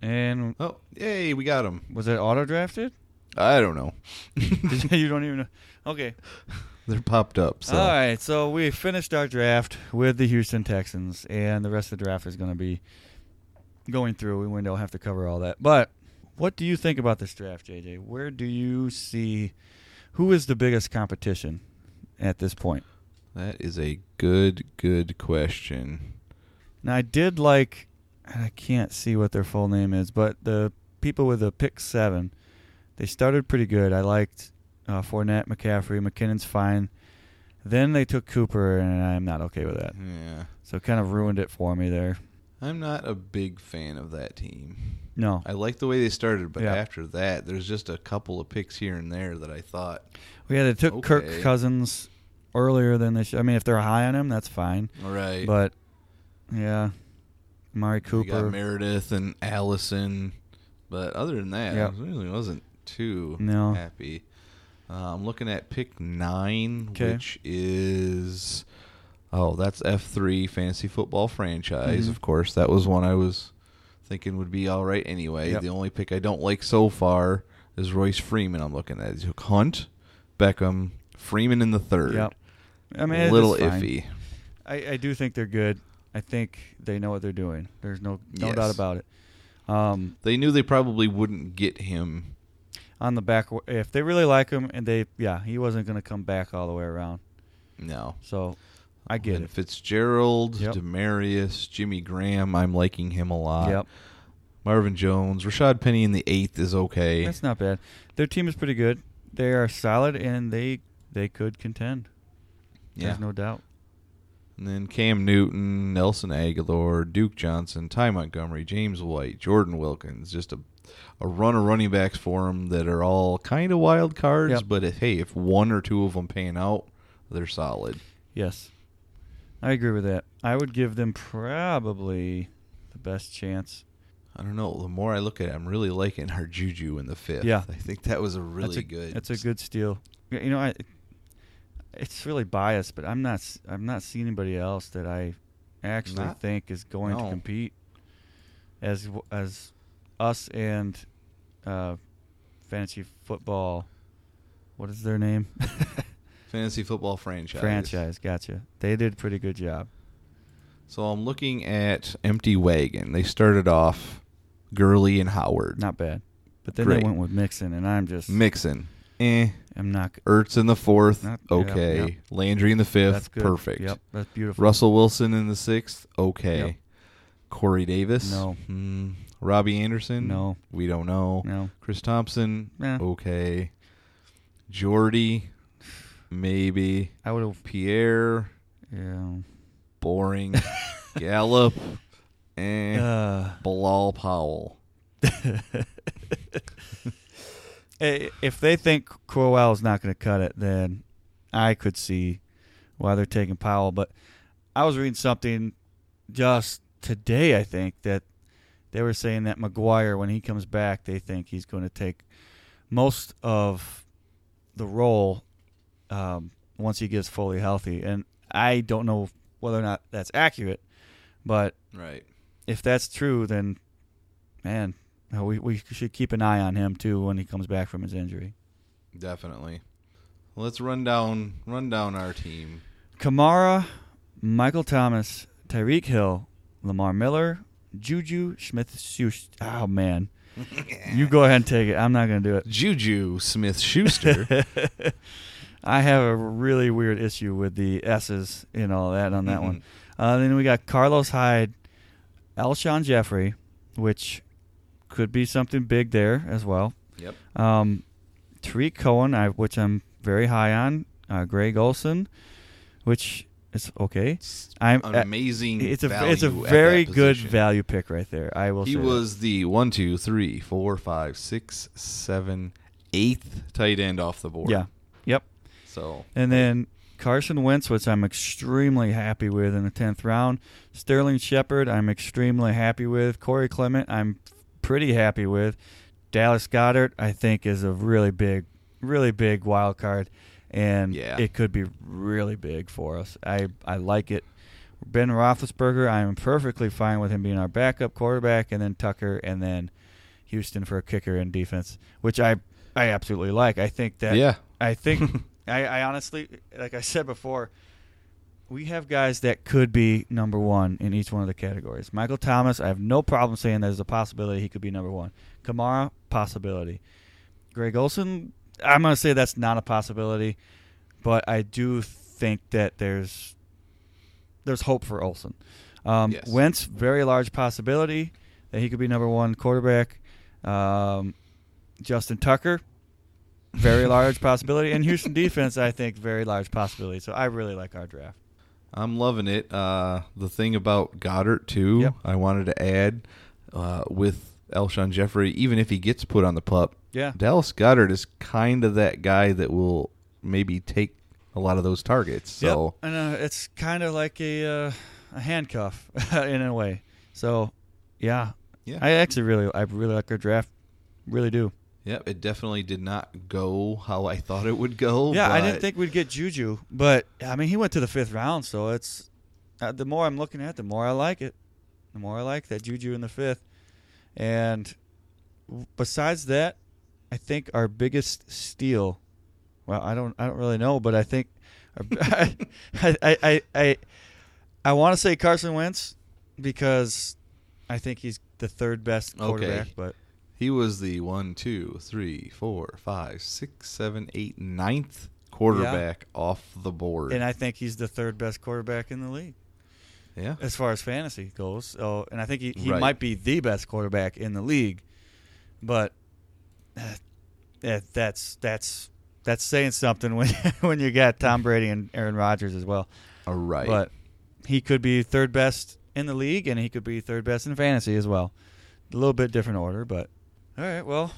Speaker 6: And
Speaker 5: Oh, yay! We got him.
Speaker 6: was it auto drafted?
Speaker 5: I don't know.
Speaker 6: you don't even know. Okay.
Speaker 5: They're popped up. So
Speaker 6: All right, so we finished our draft with the Houston Texans, and the rest of the draft is going to be going through. We will have to cover all that. But What do you think about this draft, JJ? Where do you see who is the biggest competition at this point?
Speaker 5: That is a good, good question.
Speaker 6: Now I did like and I can't see what their full name is, but the people with the pick seven, they started pretty good. I liked uh, Fournette, McCaffrey, McKinnon's fine. Then they took Cooper, and I'm not okay with that.
Speaker 5: Yeah.
Speaker 6: So it kind of ruined it for me there.
Speaker 5: I'm not a big fan of that team.
Speaker 6: No,
Speaker 5: I like the way they started, but
Speaker 6: Yeah.
Speaker 5: after that, there's just a couple of picks here and there that I thought,
Speaker 6: we had it took Kirk
Speaker 5: Okay.
Speaker 6: Cousins earlier than they should. I mean, if they're high on him, that's fine.
Speaker 5: all right,
Speaker 6: But yeah, Mari
Speaker 5: we got
Speaker 6: Cooper.
Speaker 5: Meredith and Allison. But other than that,
Speaker 6: Yeah.
Speaker 5: I really wasn't too
Speaker 6: No.
Speaker 5: happy. Uh, I'm looking at pick nine,
Speaker 6: 'Kay.
Speaker 5: which is oh, that's F3 fantasy football franchise.
Speaker 6: Mm-hmm.
Speaker 5: Of course, that was one I was thinking would be all right anyway.
Speaker 6: Yep.
Speaker 5: The only pick I don't like so far is Royce Freeman. I'm looking at he took Hunt, Beckham, Freeman in the third.
Speaker 6: Yep. I
Speaker 5: A
Speaker 6: mean, it's
Speaker 5: little
Speaker 6: fine.
Speaker 5: iffy.
Speaker 6: I, I do think they're good. I think they know what they're doing. There's no no
Speaker 5: Yes.
Speaker 6: doubt about it. Um,
Speaker 5: They knew they probably wouldn't get him.
Speaker 6: on the back, if they really like him, and they yeah, he wasn't going to come back all the way around.
Speaker 5: No.
Speaker 6: So I get
Speaker 5: And
Speaker 6: it.
Speaker 5: Fitzgerald,
Speaker 6: Yep.
Speaker 5: Demarius, Jimmy Graham. I'm liking him a lot.
Speaker 6: Yep,
Speaker 5: Marvin Jones, Rashad Penny in the eighth is okay.
Speaker 6: that's not bad. Their team is pretty good. They are solid, and they they could contend.
Speaker 5: yeah.
Speaker 6: There's no doubt.
Speaker 5: and then Cam Newton, Nelson Aguilar, Duke Johnson, Ty Montgomery, James White, Jordan Wilkins. Just a a run of running backs for him that are all kind of wild cards.
Speaker 6: Yep.
Speaker 5: But if, hey, if one or two of them pan out, they're solid.
Speaker 6: Yes, I agree with that. I would give them probably the best chance.
Speaker 5: I don't know. The more I look at it, I'm really liking our Juju in the fifth.
Speaker 6: Yeah.
Speaker 5: I think that was a really
Speaker 6: that's a,
Speaker 5: good.
Speaker 6: That's a good steal. Yeah, You know, I it's really biased, but I'm not s- I'm not seeing anybody else that I actually
Speaker 5: Not-
Speaker 6: think is going to
Speaker 5: no.
Speaker 6: compete as w- as us and uh, fantasy football. What is their name?
Speaker 5: fantasy football franchise.
Speaker 6: Franchise. Gotcha. They did a pretty good job.
Speaker 5: So I'm looking at Empty Wagon. They started off Gurley and Howard.
Speaker 6: Not bad. But then
Speaker 5: Great.
Speaker 6: they went with Mixon, and I'm just
Speaker 5: Mixon. Eh.
Speaker 6: I'm not. g-
Speaker 5: Ertz in the fourth.
Speaker 6: Not- yeah,
Speaker 5: okay.
Speaker 6: yeah.
Speaker 5: Landry in the fifth.
Speaker 6: That's good.
Speaker 5: Perfect.
Speaker 6: Yep. That's beautiful.
Speaker 5: Russell Wilson in the sixth. Okay.
Speaker 6: Yep.
Speaker 5: Corey Davis.
Speaker 6: No.
Speaker 5: Hmm. Robbie Anderson.
Speaker 6: No.
Speaker 5: We don't know.
Speaker 6: No.
Speaker 5: Chris Thompson.
Speaker 6: Eh.
Speaker 5: Okay. Jordy. Maybe.
Speaker 6: I would have.
Speaker 5: Pierre.
Speaker 6: Yeah.
Speaker 5: Boring. Gallup. Eh.
Speaker 6: Uh,
Speaker 5: Bilal Powell.
Speaker 6: i- if they think Crowell's not going to cut it, then I could see why they're taking Powell. But I was reading something just today, I think, that they were saying that McGuire, when he comes back, they think he's going to take most of the role um, once he gets fully healthy. And I don't know whether or not that's accurate, but
Speaker 5: Right.
Speaker 6: if that's true, then man, uh, we we should keep an eye on him too when he comes back from his injury.
Speaker 5: Definitely. Let's run down run down our team.
Speaker 6: Kamara, Michael Thomas, Tyreek Hill, Lamar Miller, Juju Smith Schuster. Oh man, you go ahead and take it. I'm not gonna do it.
Speaker 5: Juju Smith Schuster.
Speaker 6: I have a really weird issue with the S's and all that on that one. Uh, then we got Carlos Hyde, Alshon Jeffrey, which could be something big there as well.
Speaker 5: yep.
Speaker 6: Um, Tariq Cohen, I, which I'm very high on. Uh, Greg Olson, which is okay. I'm
Speaker 5: An
Speaker 6: uh,
Speaker 5: amazing.
Speaker 6: it's a
Speaker 5: value
Speaker 6: it's a
Speaker 5: at that
Speaker 6: very good
Speaker 5: position.
Speaker 6: value pick right there. I will.
Speaker 5: He
Speaker 6: say that.
Speaker 5: was the one, two, three, four, five, six, seven, eighth tight end off the board.
Speaker 6: yeah, yep.
Speaker 5: So
Speaker 6: And then Carson Wentz, which I'm extremely happy with in the tenth round. Sterling Shepard, I'm extremely happy with. Corey Clement, I'm pretty happy with. Dallas Goddard, I think, is a really big, really big wild card, and
Speaker 5: Yeah.
Speaker 6: it could be really big for us. I I like it. Ben Roethlisberger, I am perfectly fine with him being our backup quarterback, and then Tucker, and then Houston for a kicker and defense, which I I absolutely like. I think that
Speaker 5: Yeah.
Speaker 6: I think I, I honestly, like I said before, we have guys that could be number one in each one of the categories. Michael Thomas, I have no problem saying there's a possibility he could be number one. Kamara, possibility. Greg Olson, I'm going to say that's not a possibility, but I do think that there's there's hope for Olson. Um,
Speaker 5: Yes.
Speaker 6: Wentz, very large possibility that he could be number one quarterback. Um, Justin Tucker, very large possibility, and Houston defense, I think, very large possibility. So I really like our draft.
Speaker 5: I'm loving it. Uh, the thing about Goddard too,
Speaker 6: Yep.
Speaker 5: I wanted to add uh, with Elshon Jeffrey, even if he gets put on the pup,
Speaker 6: Yeah.
Speaker 5: Dallas Goddard is kind of that guy that will maybe take a lot of those targets. So
Speaker 6: Yep. and uh, it's kind of like a uh, a handcuff in a way. So, yeah,
Speaker 5: Yeah.
Speaker 6: I actually really, I really like our draft, really do.
Speaker 5: yep, it definitely did not go how I thought it would go.
Speaker 6: Yeah, I
Speaker 5: but
Speaker 6: didn't think we'd get Juju, but I mean, he went to the fifth round, so it's uh, the more I'm looking at, it, the more I like it. The more I like that Juju in the fifth, and w- besides that, I think our biggest steal. Well, I don't, I don't really know, but I think our, I, I, I, I, I want to say Carson Wentz because I think he's the third best quarterback.
Speaker 5: Okay.
Speaker 6: But
Speaker 5: he was the one, two, three, four, five, six, seven, eight, ninth quarterback off the board.
Speaker 6: and I think he's the third best quarterback in the league.
Speaker 5: yeah,
Speaker 6: as far as fantasy goes. So, and I think he, he
Speaker 5: Right.
Speaker 6: might be the best quarterback in the league, but uh, that- that's that's that's saying something when when you got Tom Brady and Aaron Rodgers as well.
Speaker 5: all right.
Speaker 6: But he could be third best in the league, and he could be third best in fantasy as well. A little bit different order, but all right. Well,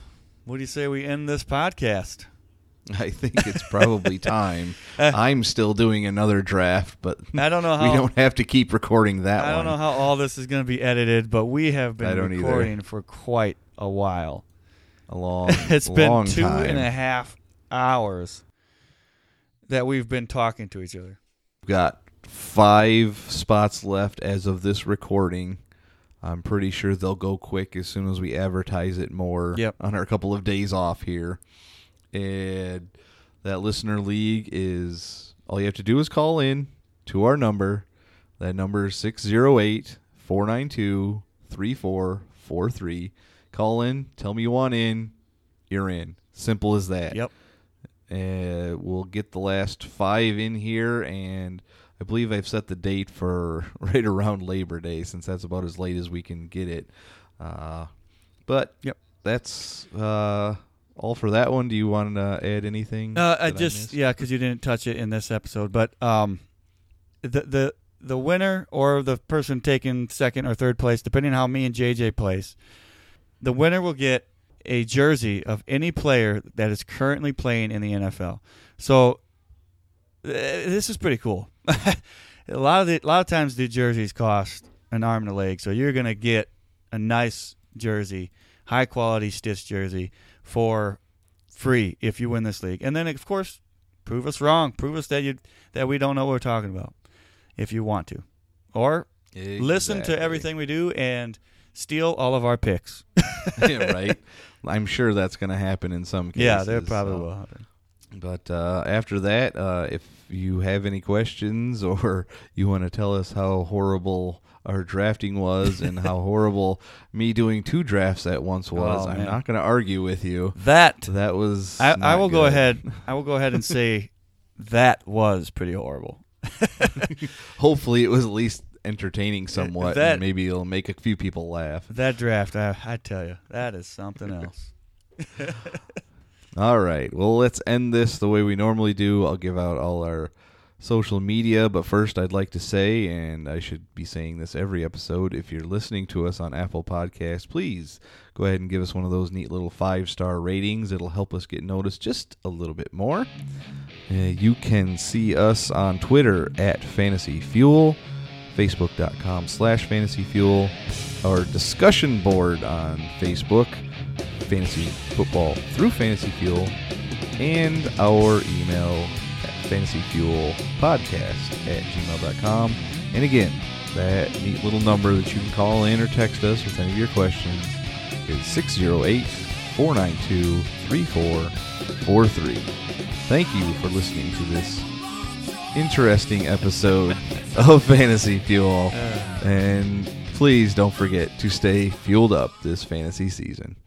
Speaker 6: what do you say we end this podcast?
Speaker 5: I think it's probably time. I'm still doing another draft, but
Speaker 6: Uh, I don't know
Speaker 5: we
Speaker 6: how-
Speaker 5: don't have to keep recording that
Speaker 6: I don't
Speaker 5: one.
Speaker 6: know how all this is going to be edited, but we have
Speaker 5: I
Speaker 6: been
Speaker 5: don't either.
Speaker 6: recording for quite a while.
Speaker 5: a long,
Speaker 6: It's been
Speaker 5: long
Speaker 6: two
Speaker 5: time.
Speaker 6: and a half hours that we've been talking to each other.
Speaker 5: We've got five spots left as of this recording. I'm pretty sure they'll go quick as soon as we advertise it more
Speaker 6: Yep.
Speaker 5: on our couple of days off here. And that listener league is all you have to do is call in to our number. That number is 608 492 3443. Call in, tell me you want in, you're in. Simple as that. Uh, we'll get the last five in here, and I believe I've set the date for right around Labor Day, since that's about as late as we can get it. Uh, but
Speaker 6: Yep.
Speaker 5: that's uh, all for that one. Do you want to add anything?
Speaker 6: Uh, I
Speaker 5: that
Speaker 6: just
Speaker 5: missed?
Speaker 6: yeah, because you didn't touch it in this episode, but um, the the the winner or the person taking second or third place, depending on how me and JJ plays, the winner will get a jersey of any player that is currently playing in the NFL. So uh, this is pretty cool. a lot of the a lot of times the jerseys cost an arm and a leg, so you're gonna get a nice jersey, high quality stitch jersey for free if you win this league. And then of course, prove us wrong, prove us that you that we don't know what we're talking about if you want to. Or listen to
Speaker 5: Exactly.
Speaker 6: everything we do and steal all of our picks.
Speaker 5: Yeah, right? I'm sure that's going to happen in some cases.
Speaker 6: yeah, there probably
Speaker 5: so.
Speaker 6: will happen.
Speaker 5: But uh, after that, uh, if you have any questions or you want to tell us how horrible our drafting was and how horrible me doing two drafts at once was,
Speaker 6: Oh,
Speaker 5: I'm
Speaker 6: man.
Speaker 5: not going to argue with you.
Speaker 6: That
Speaker 5: That was.
Speaker 6: I, I
Speaker 5: not
Speaker 6: will go
Speaker 5: good.
Speaker 6: ahead. I will go ahead and say that was pretty horrible.
Speaker 5: Hopefully, it was at least entertaining somewhat.
Speaker 6: that-
Speaker 5: and maybe it'll make a few people laugh.
Speaker 6: That draft, I, I tell you, that is something else.
Speaker 5: All right. Well, let's end this the way we normally do. I'll give out all our social media, but first I'd like to say, and I should be saying this every episode, if you're listening to us on Apple Podcasts, please go ahead and give us one of those neat little five star ratings. It'll help us get noticed just a little bit more. Uh, you can see us on Twitter at Fantasy Fuel, Facebook.com slash Fantasy Fuel, our discussion board on Facebook, Fantasy Football through Fantasy Fuel, and our email at Fantasy Fuel Podcast at gmail.com. And again, that neat little number that you can call in or text us with any of your questions is 608 492 3443. Thank you for listening to this interesting episode of Fantasy Fuel. And please don't forget to stay fueled up this fantasy season.